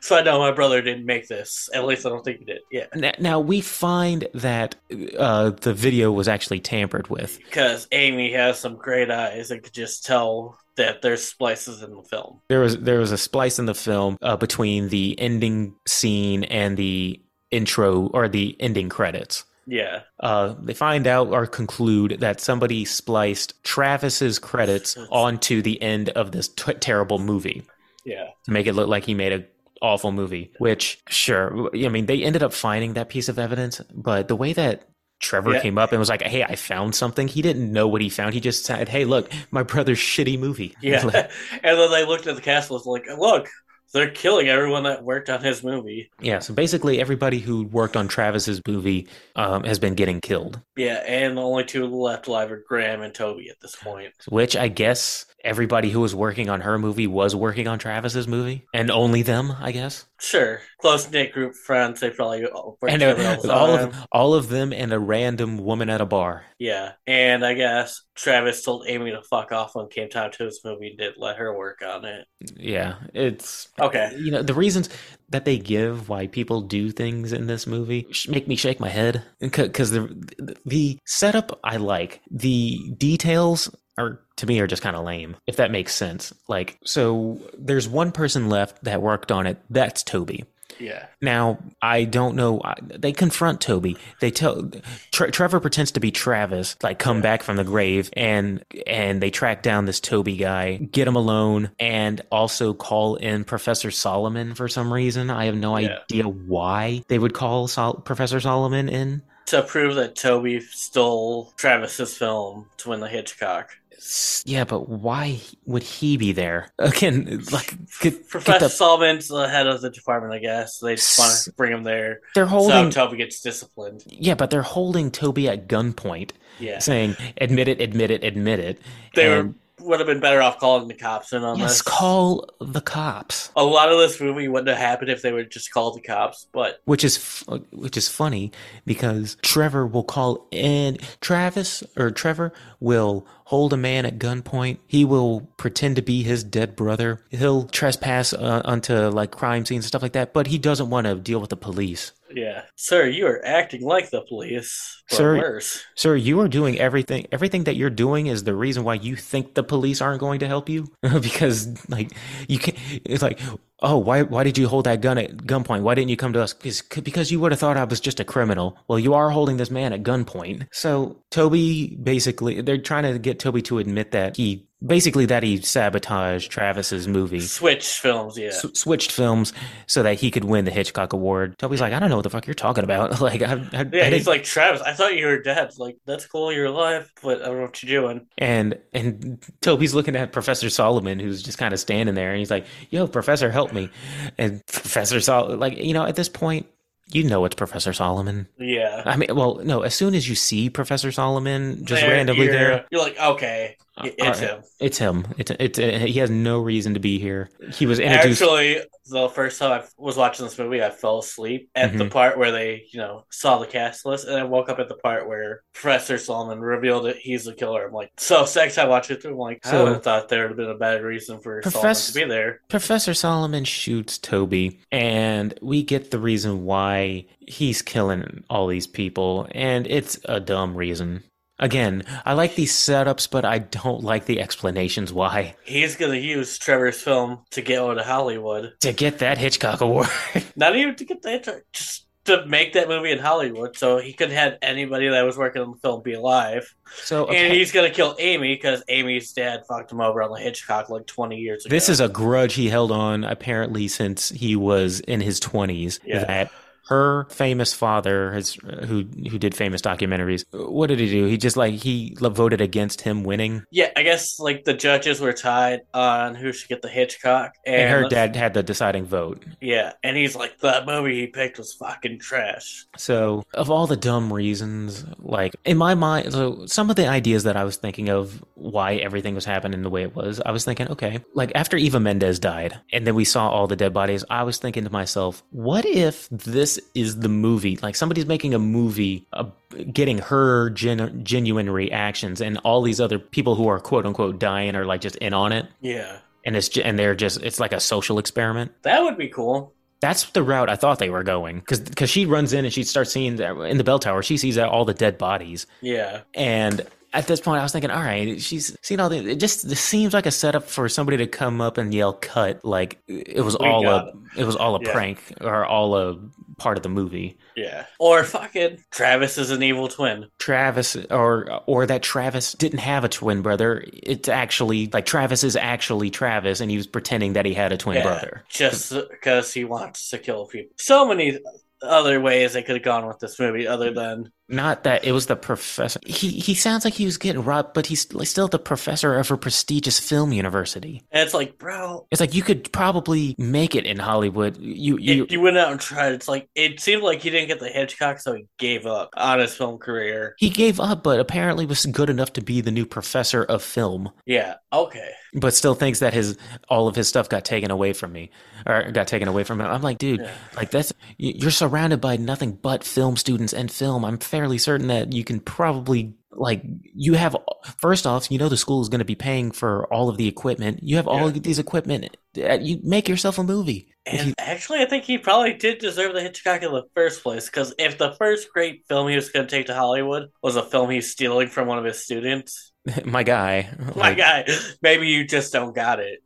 Speaker 1: So I know my brother didn't make this. At least I don't think he did. Yeah.
Speaker 2: N- Now we find that uh, the video was actually tampered with.
Speaker 1: Because Amy has some great eyes and could just tell that there's splices in the film.
Speaker 2: There was there was a splice in the film uh, between the ending scene and the intro or the ending credits.
Speaker 1: Yeah.
Speaker 2: Uh, they find out or conclude that somebody spliced Travis's credits onto the end of this t- terrible movie
Speaker 1: Yeah.
Speaker 2: to make it look like he made a awful movie. Which, sure, I mean, they ended up finding that piece of evidence, but the way that Trevor
Speaker 1: Yeah.
Speaker 2: came up and was like, "Hey, I found something." He didn't know what he found. He just said, "Hey, look, my brother's shitty movie."
Speaker 1: [LAUGHS] [LAUGHS] Yeah.
Speaker 2: [LAUGHS] Like,
Speaker 1: and then they looked at the cast and was like, look, they're killing everyone that worked on his movie.
Speaker 2: yeah. So basically, everybody who worked on Travis's movie um, has been getting killed.
Speaker 1: Yeah, and the only two left alive are Graham and Toby at this point.
Speaker 2: which I guess everybody who was working on her movie was working on Travis's movie, and only them, I guess.
Speaker 1: Sure. Close knit group friends, they probably all worked
Speaker 2: And [LAUGHS] uh,
Speaker 1: [LAUGHS] together all the
Speaker 2: all
Speaker 1: time.
Speaker 2: of all of them and a random woman at a bar.
Speaker 1: Yeah. And I guess Travis told Amy to fuck off when it came time to his movie and didn't let her work on it.
Speaker 2: Yeah, it's
Speaker 1: Okay.
Speaker 2: you know the reasons that they give why people do things in this movie sh- make me shake my head because the the setup I like the details are to me are just kind of lame if that makes sense. Like so, there's one person left that worked on it. That's Toby.
Speaker 1: Yeah.
Speaker 2: Now, I don't know. I- They confront Toby. They tell Tre- Trevor pretends to be Travis, like come back from the grave, and and they track down this Toby guy, get him alone, and also call in Professor Solomon for some reason. I have no
Speaker 1: Yeah.
Speaker 2: idea why they would call Sol- Professor Solomon in.
Speaker 1: to prove that Toby stole Travis's film to win the Hitchcock.
Speaker 2: S- Yeah, but why would he be there [LAUGHS] again? Like, get, get
Speaker 1: Professor
Speaker 2: the,
Speaker 1: Solman's the head of the department, I guess. They just want to bring him there.
Speaker 2: they're holding.
Speaker 1: So Toby gets disciplined.
Speaker 2: yeah, but they're holding Toby at gunpoint,
Speaker 1: Yeah.
Speaker 2: saying, "Admit it, admit it, admit it."
Speaker 1: They
Speaker 2: And-
Speaker 1: were, would have been better off calling the cops in on
Speaker 2: Yes,
Speaker 1: this.
Speaker 2: call the cops.
Speaker 1: A lot of this movie wouldn't have happened if they would have just called the cops, but
Speaker 2: Which is f- which is funny because Trevor will call and Travis or Trevor will hold a man at gunpoint. He will pretend to be his dead brother. He'll trespass uh, onto like crime scenes and stuff like that. But he doesn't want to deal with the police.
Speaker 1: yeah. Sir, you are acting like the police, but
Speaker 2: Sir-
Speaker 1: worse.
Speaker 2: Sir, you are doing everything. Everything that you're doing is the reason why you think the police aren't going to help you. [LAUGHS] because like you can, not it's like, oh, why why did you hold that gun at gunpoint? Why didn't you come to us? Because because you would have thought I was just a criminal. Well, you are holding this man at gunpoint. So Toby basically, they're trying to get Toby to admit that he basically that he sabotaged Travis's movie.
Speaker 1: Switch films, yeah.
Speaker 2: S- switched films so that he could win the Hitchcock Award. Toby's like, I don't know what the fuck you're talking about. [LAUGHS] like, I, I, I
Speaker 1: Yeah,
Speaker 2: didn't-
Speaker 1: he's like Travis. I thought you were dead. Like that's cool, you're alive, but I don't know what you're doing.
Speaker 2: And and Toby's looking at Professor Solomon, who's just kind of standing there, and he's like, "Yo, Professor, help me!" And [LAUGHS] Professor Sol, like you know, at this point, you know it's Professor Solomon.
Speaker 1: Yeah,
Speaker 2: I mean, well, no, as soon as you see Professor Solomon, just
Speaker 1: There,
Speaker 2: randomly
Speaker 1: you're,
Speaker 2: there,
Speaker 1: You're like, okay,
Speaker 2: Uh,
Speaker 1: it's
Speaker 2: alright.
Speaker 1: him.
Speaker 2: it's him. It's it's uh, he has no reason to be here. He was introduced.
Speaker 1: Actually, the first time I was watching this movie, I fell asleep at the part where they, you know, saw the cast list, and I woke up at the part where Professor Solomon revealed that he's the killer. I'm like, so [LAUGHS] sex. I watched it through. I'm like, I
Speaker 2: So-
Speaker 1: would have thought there would have been a bad reason for
Speaker 2: Professor-
Speaker 1: Solomon to be there.
Speaker 2: Professor Solomon shoots Toby, and we get the reason why he's killing all these people, and it's a dumb reason. Again, I like these setups, but I don't like the explanations why.
Speaker 1: He's gonna use Trevor's film to get out of Hollywood.
Speaker 2: To get that Hitchcock Award. [LAUGHS]
Speaker 1: Not even to get the intro, just to make that movie in Hollywood, so he couldn't have anybody that was working on the film be alive.
Speaker 2: so
Speaker 1: And
Speaker 2: appa-
Speaker 1: he's gonna kill Amy because Amy's dad fucked him over on the Hitchcock like twenty years ago.
Speaker 2: this is a grudge he held on apparently since he was in his 20s
Speaker 1: Yeah.
Speaker 2: that her famous father his, who who did famous documentaries what did he do he just like he voted against him winning
Speaker 1: yeah, I guess like the judges were tied on who should get the Hitchcock, and,
Speaker 2: and her dad had the deciding vote
Speaker 1: Yeah, and he's like, that movie he picked was fucking trash.
Speaker 2: So, of all the dumb reasons, like in my mind, so some of the ideas that I was thinking of why everything was happening the way it was, I was thinking, okay, like after Eva Mendes died and then we saw all the dead bodies, I was thinking to myself, what if this is the movie? Like somebody's making a movie uh, getting her gen- genuine reactions and all these other people who are quote unquote dying are like just in on it.
Speaker 1: Yeah,
Speaker 2: And it's ju- and they're just it's like a social experiment.
Speaker 1: that would be cool.
Speaker 2: That's the route I thought they were going because she runs in and she starts seeing that in the bell tower. She sees all the dead bodies,
Speaker 1: Yeah,
Speaker 2: and at this point, I was thinking, all right, she's seen all the. It just this seems like a setup for somebody to come up and yell "cut," like it was
Speaker 1: We
Speaker 2: all
Speaker 1: got
Speaker 2: a it. was all a
Speaker 1: Yeah.
Speaker 2: prank or all a part of the movie.
Speaker 1: yeah, or fucking Travis is an evil twin.
Speaker 2: Travis or or that Travis didn't have a twin brother. It's actually like Travis is actually Travis, and he was pretending that he had a twin
Speaker 1: Yeah,
Speaker 2: brother. [LAUGHS]
Speaker 1: just because he wants to kill people. So many other ways they could have gone with this movie, other than
Speaker 2: Not that it was the professor. He he sounds like he was getting robbed, but he's like still the professor of a prestigious film university.
Speaker 1: and it's like, bro,
Speaker 2: It's like you could probably make it in Hollywood.
Speaker 1: you,
Speaker 2: You you
Speaker 1: you went out and tried. It's like it seemed like he didn't get the Hitchcock, so he gave up on his film career.
Speaker 2: he gave up, but apparently was good enough to be the new professor of film.
Speaker 1: Yeah, okay,
Speaker 2: But still thinks that his all of his stuff got taken away from me, or got taken away from him. I'm like, dude,
Speaker 1: Yeah.
Speaker 2: like that's you- you're surrounded by nothing but film students and film. I'm fairly certain that you can probably like you have first off, you know the school is going to be paying for all of the equipment. You have all
Speaker 1: Yeah.
Speaker 2: of these equipment. Uh, You make yourself a movie. [LAUGHS]
Speaker 1: and actually, I think he probably did deserve the Hitchcock in the first place because if the first great film he was going to take to Hollywood was a film he's stealing from one of his students, [LAUGHS]
Speaker 2: My guy,
Speaker 1: my
Speaker 2: like,
Speaker 1: guy, maybe you just don't got it.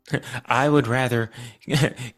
Speaker 2: I would rather [LAUGHS]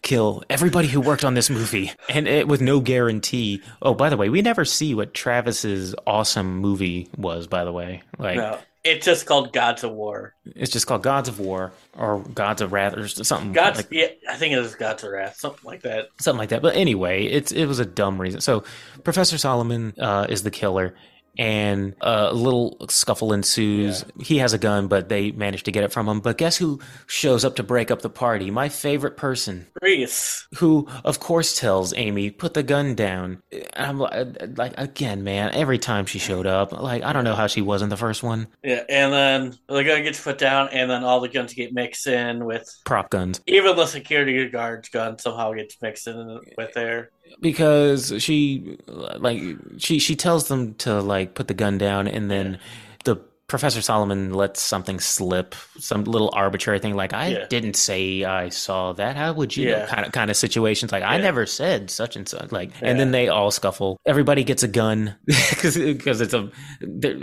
Speaker 2: kill everybody who worked on this movie, and it with no guarantee. Oh, by the way, we never see what Travis's awesome movie was. By the way, like
Speaker 1: no, It's just called Gods of War.
Speaker 2: It's just called Gods of War or Gods of Wrath or something
Speaker 1: Gods,
Speaker 2: Mm, like
Speaker 1: yeah, I think it was Gods of Wrath, something like that.
Speaker 2: something like that. But anyway, it's it was a dumb reason. So Professor Solomon uh, is the killer, and a little scuffle ensues. He has a gun, but they manage to get it from him. But guess who shows up to break up the party? My favorite person,
Speaker 1: Reese,
Speaker 2: who of course tells Amy, "Put the gun down." And I'm like, like again, man. Every time she showed up, like I don't know how she was in the first one.
Speaker 1: yeah, and then the gun gets put down, and then all the guns get mixed in with
Speaker 2: Prop guns.
Speaker 1: even the security guard's gun somehow gets mixed in with there.
Speaker 2: because she like she she tells them to like put the gun down and then the professor solomon lets something slip some little arbitrary thing like i
Speaker 1: Yeah.
Speaker 2: didn't say i saw that how would you know
Speaker 1: Yeah.
Speaker 2: kind of kind of situations like i
Speaker 1: Yeah.
Speaker 2: never said such and such like
Speaker 1: Yeah.
Speaker 2: and then they all scuffle everybody gets a gun [LAUGHS] because it's a they're-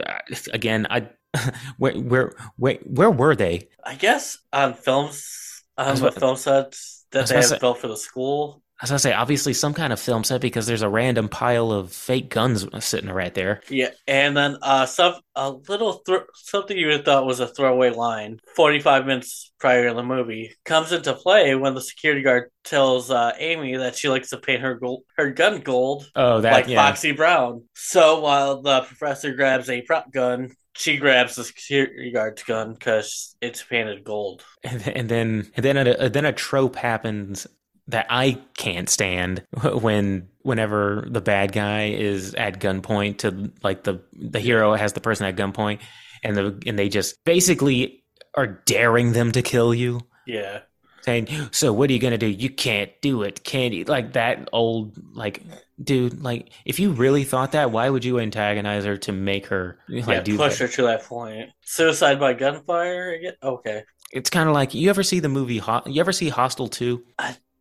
Speaker 2: again i [LAUGHS] where, where where where were they
Speaker 1: I guess on films on
Speaker 2: was
Speaker 1: the
Speaker 2: about-
Speaker 1: film sets
Speaker 2: I
Speaker 1: that
Speaker 2: was
Speaker 1: they
Speaker 2: about
Speaker 1: have
Speaker 2: to say-
Speaker 1: built for the school.
Speaker 2: i was gonna say obviously some kind of film set because there's a random pile of fake guns sitting right there
Speaker 1: Yeah, and then uh, some a little thr something you would have thought was a throwaway line. Forty five minutes prior to the movie comes into play when the security guard tells uh, Amy that she likes to paint her gold, her gun gold
Speaker 2: oh that
Speaker 1: like
Speaker 2: yeah.
Speaker 1: Foxy Brown. So while the professor grabs a prop gun, she grabs the security guard's gun because it's painted gold.
Speaker 2: and th- and then and then a, then a trope happens that I can't stand [LAUGHS] when whenever the bad guy is at gunpoint to like the the hero has the person at gunpoint and the and they just basically are daring them to kill you
Speaker 1: Yeah.
Speaker 2: saying so what are you going to do you can't do it can't you like that old like dude like if you really thought that why would you antagonize her to make her like
Speaker 1: Yeah,
Speaker 2: do
Speaker 1: push
Speaker 2: that?
Speaker 1: her to that point. Suicide by gunfire. I get- Okay,
Speaker 2: it's kind of like you ever see the movie Ho- you ever see hostel 2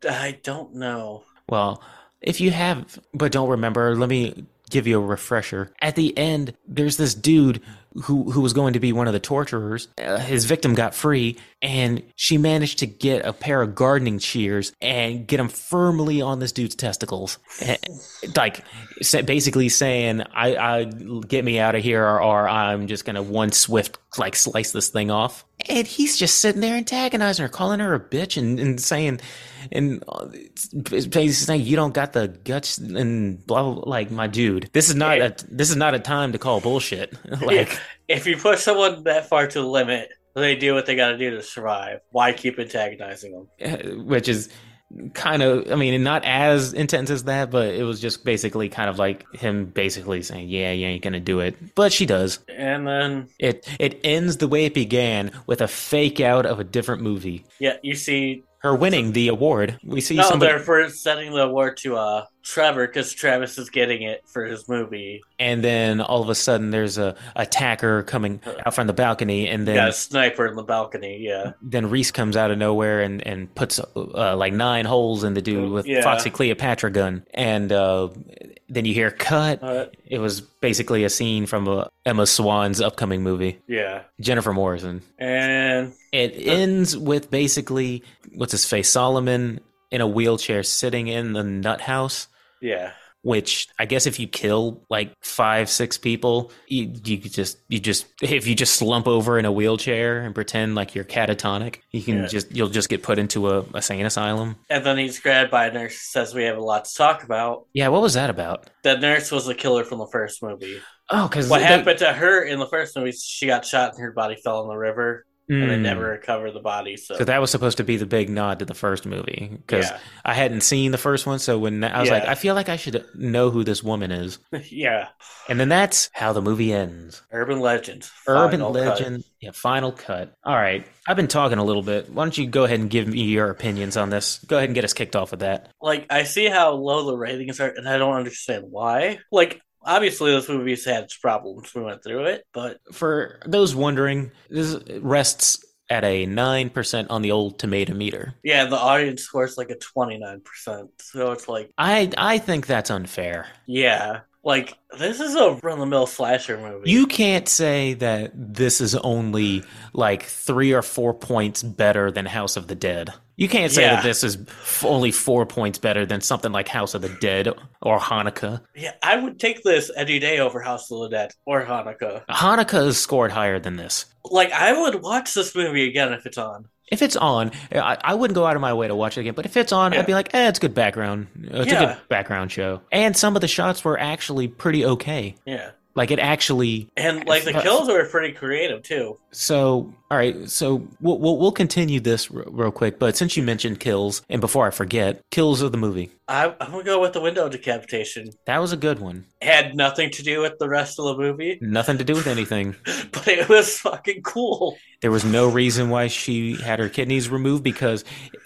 Speaker 1: I don't know.
Speaker 2: Well, if you have but don't remember, let me give you a refresher. At the end, there's this dude who who was going to be one of the torturers. Uh, his victim got free and she managed to get a pair of gardening shears and get him firmly on this dude's testicles. And, like sa- basically saying I I get me out of here or, or I'm just going to one swift like slice this thing off. And he's just sitting there antagonizing her, calling her a bitch and, and saying and uh, it's- it's basically saying you don't got the guts and blah blah. blah. Like my dude, this is not a this is not a time to call bullshit. [LAUGHS] [LAUGHS] like
Speaker 1: If you push someone that far to the limit, they do what they got to do to survive. Why keep antagonizing them?
Speaker 2: uh, [LAUGHS] which is kind of I mean not as intense as that, but it was just basically kind of like him basically saying yeah you ain't gonna do it, but she does.
Speaker 1: And then,
Speaker 2: It it ends the way it began with a fake out of a different movie.
Speaker 1: yeah, you see,
Speaker 2: Her winning the award. We see
Speaker 1: no,
Speaker 2: somebody
Speaker 1: they're for sending the award to uh Trevor because Travis is getting it for his movie.
Speaker 2: and then all of a sudden there's a attacker coming out from the balcony and then
Speaker 1: Got a sniper in the balcony. Yeah,
Speaker 2: then Reese comes out of nowhere and and puts uh, like nine holes in the dude with
Speaker 1: Yeah.
Speaker 2: Foxy Cleopatra gun, and uh, then you hear cut.
Speaker 1: uh,
Speaker 2: It was basically a scene from uh, Emma Swan's upcoming movie,
Speaker 1: yeah,
Speaker 2: Jennifer Morrison.
Speaker 1: and
Speaker 2: It ends with basically what's his face Solomon in a wheelchair sitting in the nut house.
Speaker 1: yeah,
Speaker 2: Which I guess if you kill like five, six people, you, you could just you just if you just slump over in a wheelchair and pretend like you're catatonic, you can
Speaker 1: Yeah.
Speaker 2: just you'll just get put into a, a sane asylum.
Speaker 1: and then he's grabbed by a nurse. who Says we have a lot to talk about.
Speaker 2: Yeah, what was that about?
Speaker 1: The nurse was the killer from the first movie.
Speaker 2: Oh, because
Speaker 1: What happened to her in the first movie? She got shot and her body fell in the river, and they never recovered the body. So,
Speaker 2: So mm, Hmm. that was supposed to be the big nod to the first movie because
Speaker 1: yeah,
Speaker 2: I hadn't seen the first one, so when that, I was like,
Speaker 1: Yeah.
Speaker 2: I feel like I should know who this woman is,
Speaker 1: yeah. [LAUGHS]
Speaker 2: and then that's how the movie ends.
Speaker 1: Urban legend.
Speaker 2: Urban
Speaker 1: Final cut.
Speaker 2: legend, yeah, final cut. All right, I've been talking a little bit. Why don't you go ahead and give me your opinions on this? Go ahead and get us kicked off with that.
Speaker 1: Like I see how low the ratings are, and I don't understand why. Like obviously this movie's had its problems. We went through it, but
Speaker 2: For those wondering, this rests at a nine percent on the old tomato meter.
Speaker 1: yeah, the audience scores like a twenty nine percent. So it's like
Speaker 2: I I think that's unfair.
Speaker 1: yeah. Like this is a run the mill slasher movie.
Speaker 2: You can't say that this is only like three or four points better than House of the Dead. You can't say
Speaker 1: Yeah.
Speaker 2: that this is f- only four points better than something like House of the Dead or Hanukkah.
Speaker 1: yeah, I would take this any day over House of the Dead or Hanukkah.
Speaker 2: Hanukkah is scored higher than this.
Speaker 1: Like I would watch this movie again if it's on.
Speaker 2: If it's on, I, I wouldn't go out of my way to watch it again. But if it's on,
Speaker 1: Yeah.
Speaker 2: I'd be like, eh, it's good background. It's a
Speaker 1: Yeah.
Speaker 2: good background show. And some of the shots were actually pretty okay.
Speaker 1: Yeah.
Speaker 2: Like it actually.
Speaker 1: And like the
Speaker 2: But-
Speaker 1: kills were pretty creative too.
Speaker 2: So all right. So we'll we'll, we'll continue this r- real quick. But since you mentioned kills, and before I forget, kills of the movie.
Speaker 1: I, I'm gonna go with the window decapitation.
Speaker 2: That was a good one.
Speaker 1: Had nothing to do with the rest of the movie, [LAUGHS]
Speaker 2: Nothing to do with anything.
Speaker 1: but it was fucking cool.
Speaker 2: There was no reason why she had her kidneys removed because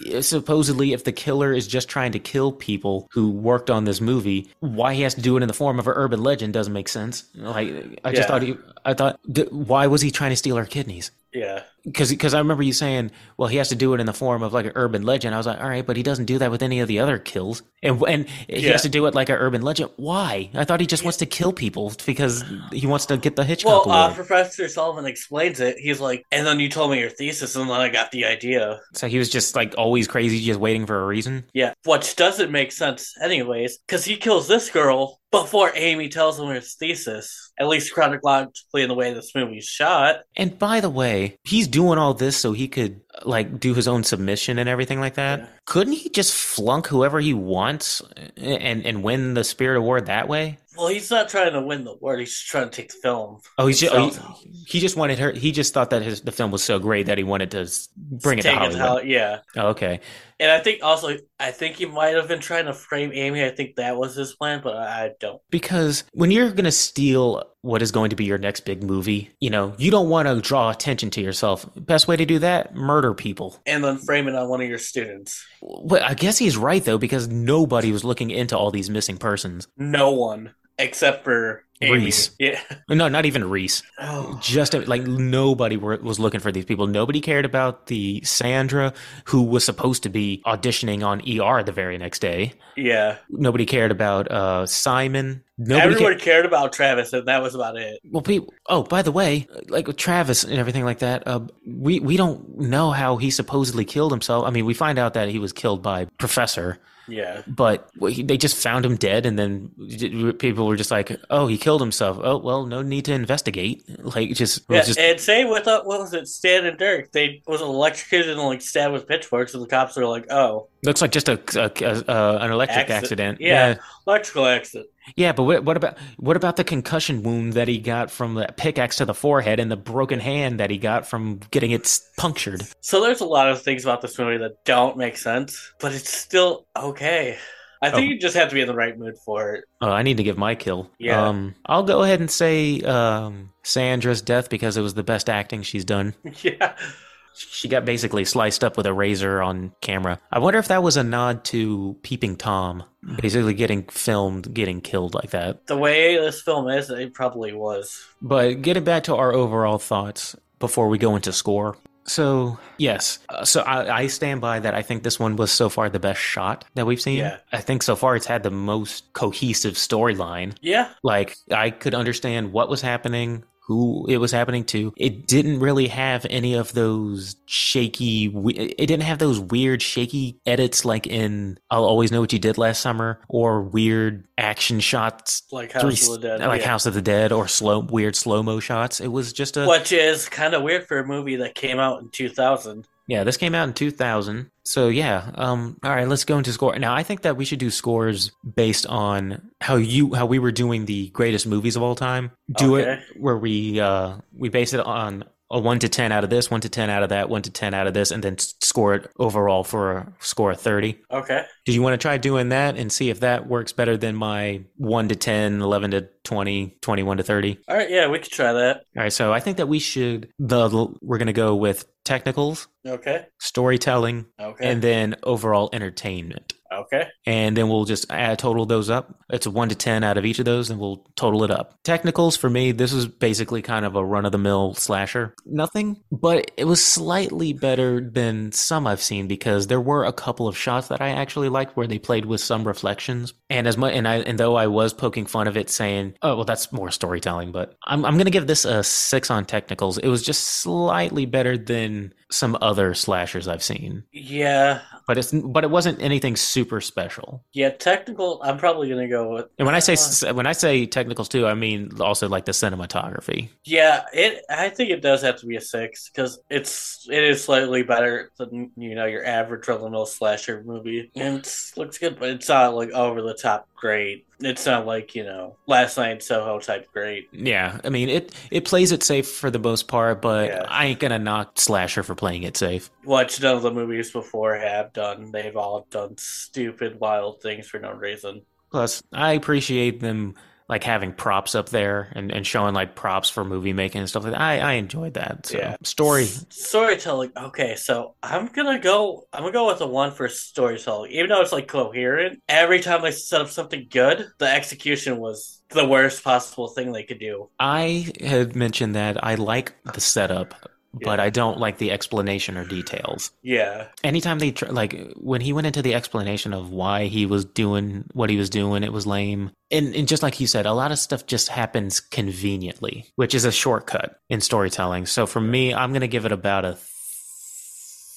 Speaker 2: eh, supposedly, if the killer is just trying to kill people who worked on this movie, why he has to do it in the form of an urban legend doesn't make sense. Like, I just
Speaker 1: Yeah.
Speaker 2: thought he, I thought, d- why was he trying to steal her kidneys?
Speaker 1: Yeah.
Speaker 2: Because I remember you saying, well, he has to do it in the form of like an urban legend. I was like, all right, but he doesn't do that with any of the other kills, and and he
Speaker 1: Yeah.
Speaker 2: has to do it like an urban legend. Why? I thought he just wants to kill people because he wants to get the Hitchcock
Speaker 1: Well,
Speaker 2: award.
Speaker 1: uh, Professor Sullivan explains it. He's like, and then you told me your thesis, and then I got the idea.
Speaker 2: So he was just like always crazy, just waiting for a reason.
Speaker 1: Yeah, which doesn't make sense, anyways, because he kills this girl before Amy tells him his thesis, at least chronologically in the way this movie's shot.
Speaker 2: And by the way, he's doing all this so he could like do his own submission and everything like that.
Speaker 1: Yeah.
Speaker 2: Couldn't he just flunk whoever he wants and and win the Spirit Award that way?
Speaker 1: Well, he's not trying to win the award, he's just trying to take the film.
Speaker 2: Oh, he's just, oh,
Speaker 1: So-
Speaker 2: he, he just wanted her. He just thought that his the film was so great that he wanted to s- bring it to
Speaker 1: Take
Speaker 2: Hollywood.
Speaker 1: Hol- yeah.
Speaker 2: oh, okay,
Speaker 1: And I think also, I think he might have been trying to frame Amy. I think that was his plan, but I don't.
Speaker 2: because when you're gonna steal what is going to be your next big movie, you know you don't want to draw attention to yourself. Best way to do that: murder people.
Speaker 1: And then frame it on one of your students.
Speaker 2: Well, I guess he's right though, because nobody was looking into all these missing persons.
Speaker 1: No one except for Amy.
Speaker 2: Reese.
Speaker 1: Yeah.
Speaker 2: No, not even Reese.
Speaker 1: Oh.
Speaker 2: Just like nobody were, was looking for these people. Nobody cared about the Sandra who was supposed to be auditioning on ER the very next day.
Speaker 1: Yeah.
Speaker 2: Nobody cared about uh, Simon. Nobody.
Speaker 1: Everyone
Speaker 2: Cared,
Speaker 1: cared about Travis, and that was about it.
Speaker 2: well, people. Oh, by the way, like with Travis and everything like that. Uh, we we don't know how he supposedly killed himself. I mean, we find out that he was killed by Professor.
Speaker 1: Yeah.
Speaker 2: but well, he- they just found him dead and then j- people were just like oh he killed himself oh well no need to investigate like just it
Speaker 1: Yeah,
Speaker 2: was just
Speaker 1: and same with uh, what was it, Stan and Dirk? They was electrocuted and like stabbed with pitchforks, and the cops were like, "Oh,
Speaker 2: looks like just a, a- a- uh, an electric
Speaker 1: Accident.
Speaker 2: accident
Speaker 1: Yeah.
Speaker 2: yeah
Speaker 1: electrical accident."
Speaker 2: Yeah, but what, what about what about the concussion wound that he got from the pickaxe to the forehead and the broken hand that he got from getting it s- punctured
Speaker 1: So there's a lot of things about this movie that don't make sense, but it's still okay. I think
Speaker 2: Oh.
Speaker 1: you just have to be in the right mood for it. [LAUGHS]
Speaker 2: oh i need to give my kill
Speaker 1: Yeah.
Speaker 2: um i'll go ahead and say um sandra's death because it was the best acting she's done
Speaker 1: yeah,
Speaker 2: She got basically sliced up with a razor on camera. I wonder if that was a nod to Peeping Tom, basically getting filmed, getting killed like that.
Speaker 1: the way this film is, it probably was.
Speaker 2: But getting back to our overall thoughts before we go into score. So, yes. Uh, so I, I stand by that. I think this one was so far the best shot that we've seen.
Speaker 1: Yeah.
Speaker 2: I think so far it's had the most cohesive storyline.
Speaker 1: Yeah,
Speaker 2: Like, I could understand what was happening. Who it was happening to. It didn't really have any of those shaky, we- it didn't have those weird, shaky edits like in I'll Always Know What You Did Last Summer or weird action shots
Speaker 1: like House
Speaker 2: three-
Speaker 1: of the Dead.
Speaker 2: like
Speaker 1: yeah.
Speaker 2: House of the Dead or slow weird slow mo shots. It was just a
Speaker 1: which is kind of weird for a movie that came out in 2000.
Speaker 2: yeah. This came out in two thousand, so yeah. Um, all right, let's go into score now. I think that we should do scores based on how you how we were doing the greatest movies of all time. Do
Speaker 1: Okay.
Speaker 2: it where we uh we base it on a one to ten out of this, one to ten out of that, one to ten out of this, and then s- score it overall for a score of thirty.
Speaker 1: Okay,
Speaker 2: Do you want to try doing that and see if that works better than my 1 to 10, 11 to 20, 21 to 30?
Speaker 1: all right, yeah, we could try that.
Speaker 2: All right, so I think that we should the we're going to go with technicals
Speaker 1: Okay.
Speaker 2: storytelling,
Speaker 1: Okay.
Speaker 2: and then overall entertainment.
Speaker 1: okay.
Speaker 2: And then we'll just add total those up. It's a one to 10 out of each of those, and we'll total it up. Technicals for me, this was basically kind of a run of the mill slasher. Nothing, but it was slightly better than some I've seen because there were a couple of shots that I actually liked where they played with some reflections. And as much, and I, and though I was poking fun of it saying, oh, well, that's more storytelling, but I'm, I'm going to give this a six on technicals. It was just slightly better than some other slashers I've seen
Speaker 1: Yeah.
Speaker 2: but it's but it wasn't anything super special.
Speaker 1: Yeah. Technical. I'm probably gonna go with.
Speaker 2: And when I
Speaker 1: Uh,
Speaker 2: say s when I say technicals too, I mean also like the cinematography.
Speaker 1: Yeah, it. I think it does have to be a six because it's it is slightly better than you know your average run of the mill slasher movie, and it's, looks good, but it's not like over the top great. It's not like you know Last Night in Soho type great.
Speaker 2: Yeah, I mean it it plays it safe for the most part, but
Speaker 1: Yeah.
Speaker 2: I ain't gonna knock slasher for playing it safe.
Speaker 1: Watch none of the movies before have done. They've all done stupid wild things for no reason.
Speaker 2: Plus, I appreciate them like having props up there and, and showing like props for movie making and stuff like that. I, I enjoyed that. So
Speaker 1: Yeah.
Speaker 2: story.
Speaker 1: S- storytelling. Okay, so I'm gonna go. I'm gonna go with a one for storytelling, even though it's like coherent. Every time they set up something good, the execution was the worst possible thing they could do.
Speaker 2: I had mentioned that I like the setup, but
Speaker 1: Yeah.
Speaker 2: I don't like the explanation or details.
Speaker 1: Yeah,
Speaker 2: anytime they tr- like when he went into the explanation of why he was doing what he was doing it was lame and, and just like you said a lot of stuff just happens conveniently which is a shortcut in storytelling so for me i'm gonna give it about a th-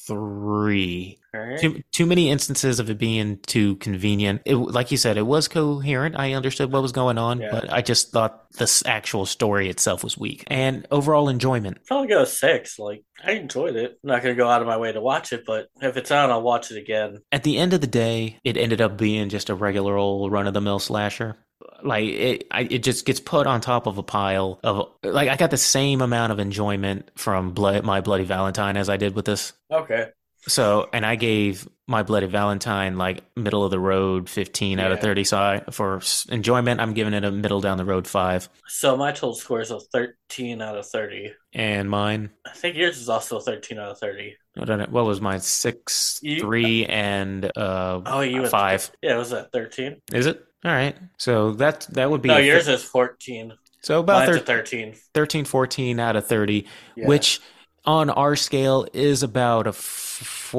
Speaker 2: three
Speaker 1: Alright.
Speaker 2: too, too many instances of it being too convenient it, like you said it was coherent i understood what was going on
Speaker 1: Yeah.
Speaker 2: but i just thought this actual story itself was weak and overall enjoyment
Speaker 1: probably go six. Like I enjoyed it. I'm not gonna go out of my way to watch it, but if it's on, I'll watch it again.
Speaker 2: at the end of the day, it ended up being just a regular old run of the mill slasher. Like it, I, it just gets put on top of a pile of like I got the same amount of enjoyment from Blood, my Bloody Valentine as I did with this.
Speaker 1: Okay.
Speaker 2: So, and I gave my Bloody Valentine like middle of the road fifteen out of
Speaker 1: Yeah.
Speaker 2: thirty. So I, for s- enjoyment, I'm giving it a middle down the road five.
Speaker 1: So my total score is a 13 out of 30.
Speaker 2: And mine,
Speaker 1: I think yours is also 13 out of 30.
Speaker 2: I don't know, what was mine? Six,
Speaker 1: You-
Speaker 2: three, and uh,
Speaker 1: Oh, you had-
Speaker 2: five.
Speaker 1: Yeah, was that 13?
Speaker 2: Is it all right? So that that would be
Speaker 1: No,
Speaker 2: a fi-
Speaker 1: yours is 14.
Speaker 2: So about
Speaker 1: Mine's
Speaker 2: thir-
Speaker 1: a 13.
Speaker 2: 13 14 out of 30
Speaker 1: Yeah.
Speaker 2: which on our scale is about a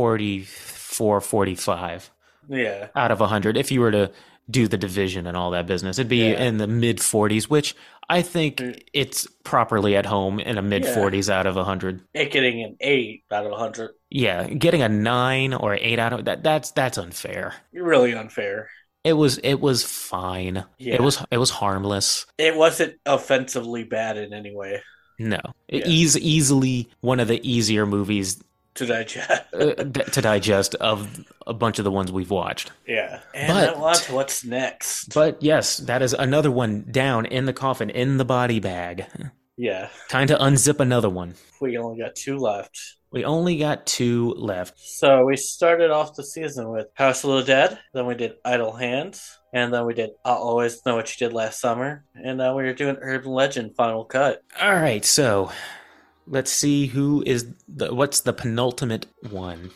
Speaker 2: 44 45
Speaker 1: Yeah.
Speaker 2: out of 100 if you were to do the division and all that business it'd be
Speaker 1: Yeah.
Speaker 2: in the mid 40s which i think
Speaker 1: Mm.
Speaker 2: it's properly at home in a mid
Speaker 1: Yeah.
Speaker 2: 40s out of 100
Speaker 1: It getting an 8 out of 100.
Speaker 2: yeah getting a 9 or 8 out of that that's that's unfair
Speaker 1: Really unfair.
Speaker 2: it was it was fine
Speaker 1: Yeah.
Speaker 2: it was it was harmless
Speaker 1: It wasn't offensively bad in any way
Speaker 2: no
Speaker 1: Yeah.
Speaker 2: Eas- easily one of the easier movies
Speaker 1: to digest. [LAUGHS]
Speaker 2: uh, to digest of a bunch of the ones we've watched.
Speaker 1: Yeah. And
Speaker 2: But-
Speaker 1: now on to what's next.
Speaker 2: But yes, that is another one down in the coffin, in the body bag.
Speaker 1: yeah.
Speaker 2: Time to unzip another one.
Speaker 1: We only got two left.
Speaker 2: We only got two left.
Speaker 1: So we started off the season with House of the Dead, then we did Idle Hands, and then we did I'll Always Know What You Did Last Summer, and now we're doing Urban Legend Final Cut.
Speaker 2: All right, so let's see who is the what's the penultimate one.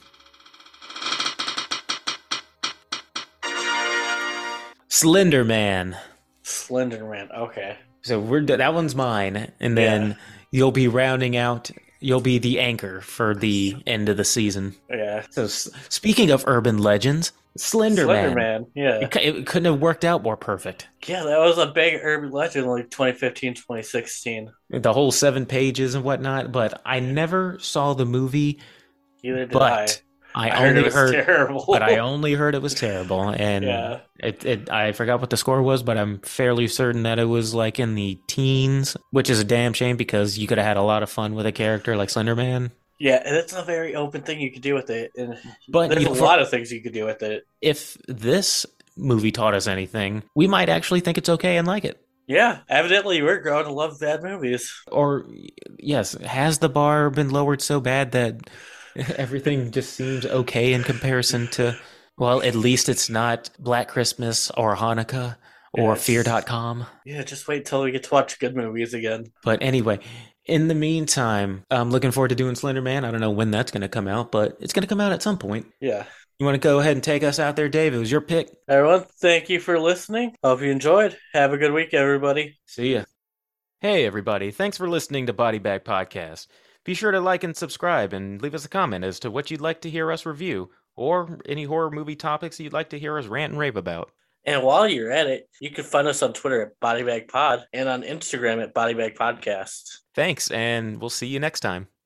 Speaker 2: Slender Man.
Speaker 1: Slender Man. Okay.
Speaker 2: So we're d- that one's mine, and then
Speaker 1: Yeah.
Speaker 2: you'll be rounding out. You'll be the anchor for the end of the season.
Speaker 1: Yeah.
Speaker 2: So s- speaking of urban legends, Slender
Speaker 1: Slender
Speaker 2: Man.
Speaker 1: Man. Yeah.
Speaker 2: It cou- It couldn't have worked out more perfect.
Speaker 1: Yeah, that was a big urban legend like 2015, 2016.
Speaker 2: The whole seven pages and whatnot, but I never saw the movie.
Speaker 1: Either did
Speaker 2: But I,
Speaker 1: I. I heard
Speaker 2: only
Speaker 1: it was
Speaker 2: heard,
Speaker 1: terrible. [LAUGHS]
Speaker 2: but I only heard it was terrible, and
Speaker 1: Yeah.
Speaker 2: it, it. I forgot what the score was, but I'm fairly certain that it was like in the teens, which is a damn shame because you could have had a lot of fun with a character like Slender Man.
Speaker 1: yeah, and it's a very open thing you could do with it. And
Speaker 2: But
Speaker 1: there's
Speaker 2: you
Speaker 1: a
Speaker 2: know,
Speaker 1: lot of things you could do with it.
Speaker 2: if this movie taught us anything, we might actually think it's okay and like it.
Speaker 1: Yeah, evidently we're growing to love bad movies.
Speaker 2: or yes, has the bar been lowered so bad that [LAUGHS] everything just seems okay in comparison to well, at least it's not Black Christmas or Hanukkah or
Speaker 1: Yes.
Speaker 2: Fear.com.
Speaker 1: Yeah, just wait till we get to watch good movies again.
Speaker 2: But anyway, In the meantime, I'm looking forward to doing Slender Man. I don't know when that's going to come out, but it's going to come out at some point.
Speaker 1: Yeah.
Speaker 2: You want to go ahead and take us out there, Dave? It was your pick.
Speaker 1: Everyone, thank you for listening. Hope you enjoyed. Have a good week, everybody.
Speaker 2: See ya. Hey, everybody. Thanks for listening to Body Bag Podcast. Be sure to like and subscribe and leave us a comment as to what you'd like to hear us review or any horror movie topics you'd like to hear us rant and rave about.
Speaker 1: And while you're at it, you can find us on Twitter at Bodybag Pod and on Instagram at Bodybag Podcast.
Speaker 2: Thanks, and we'll see you next time.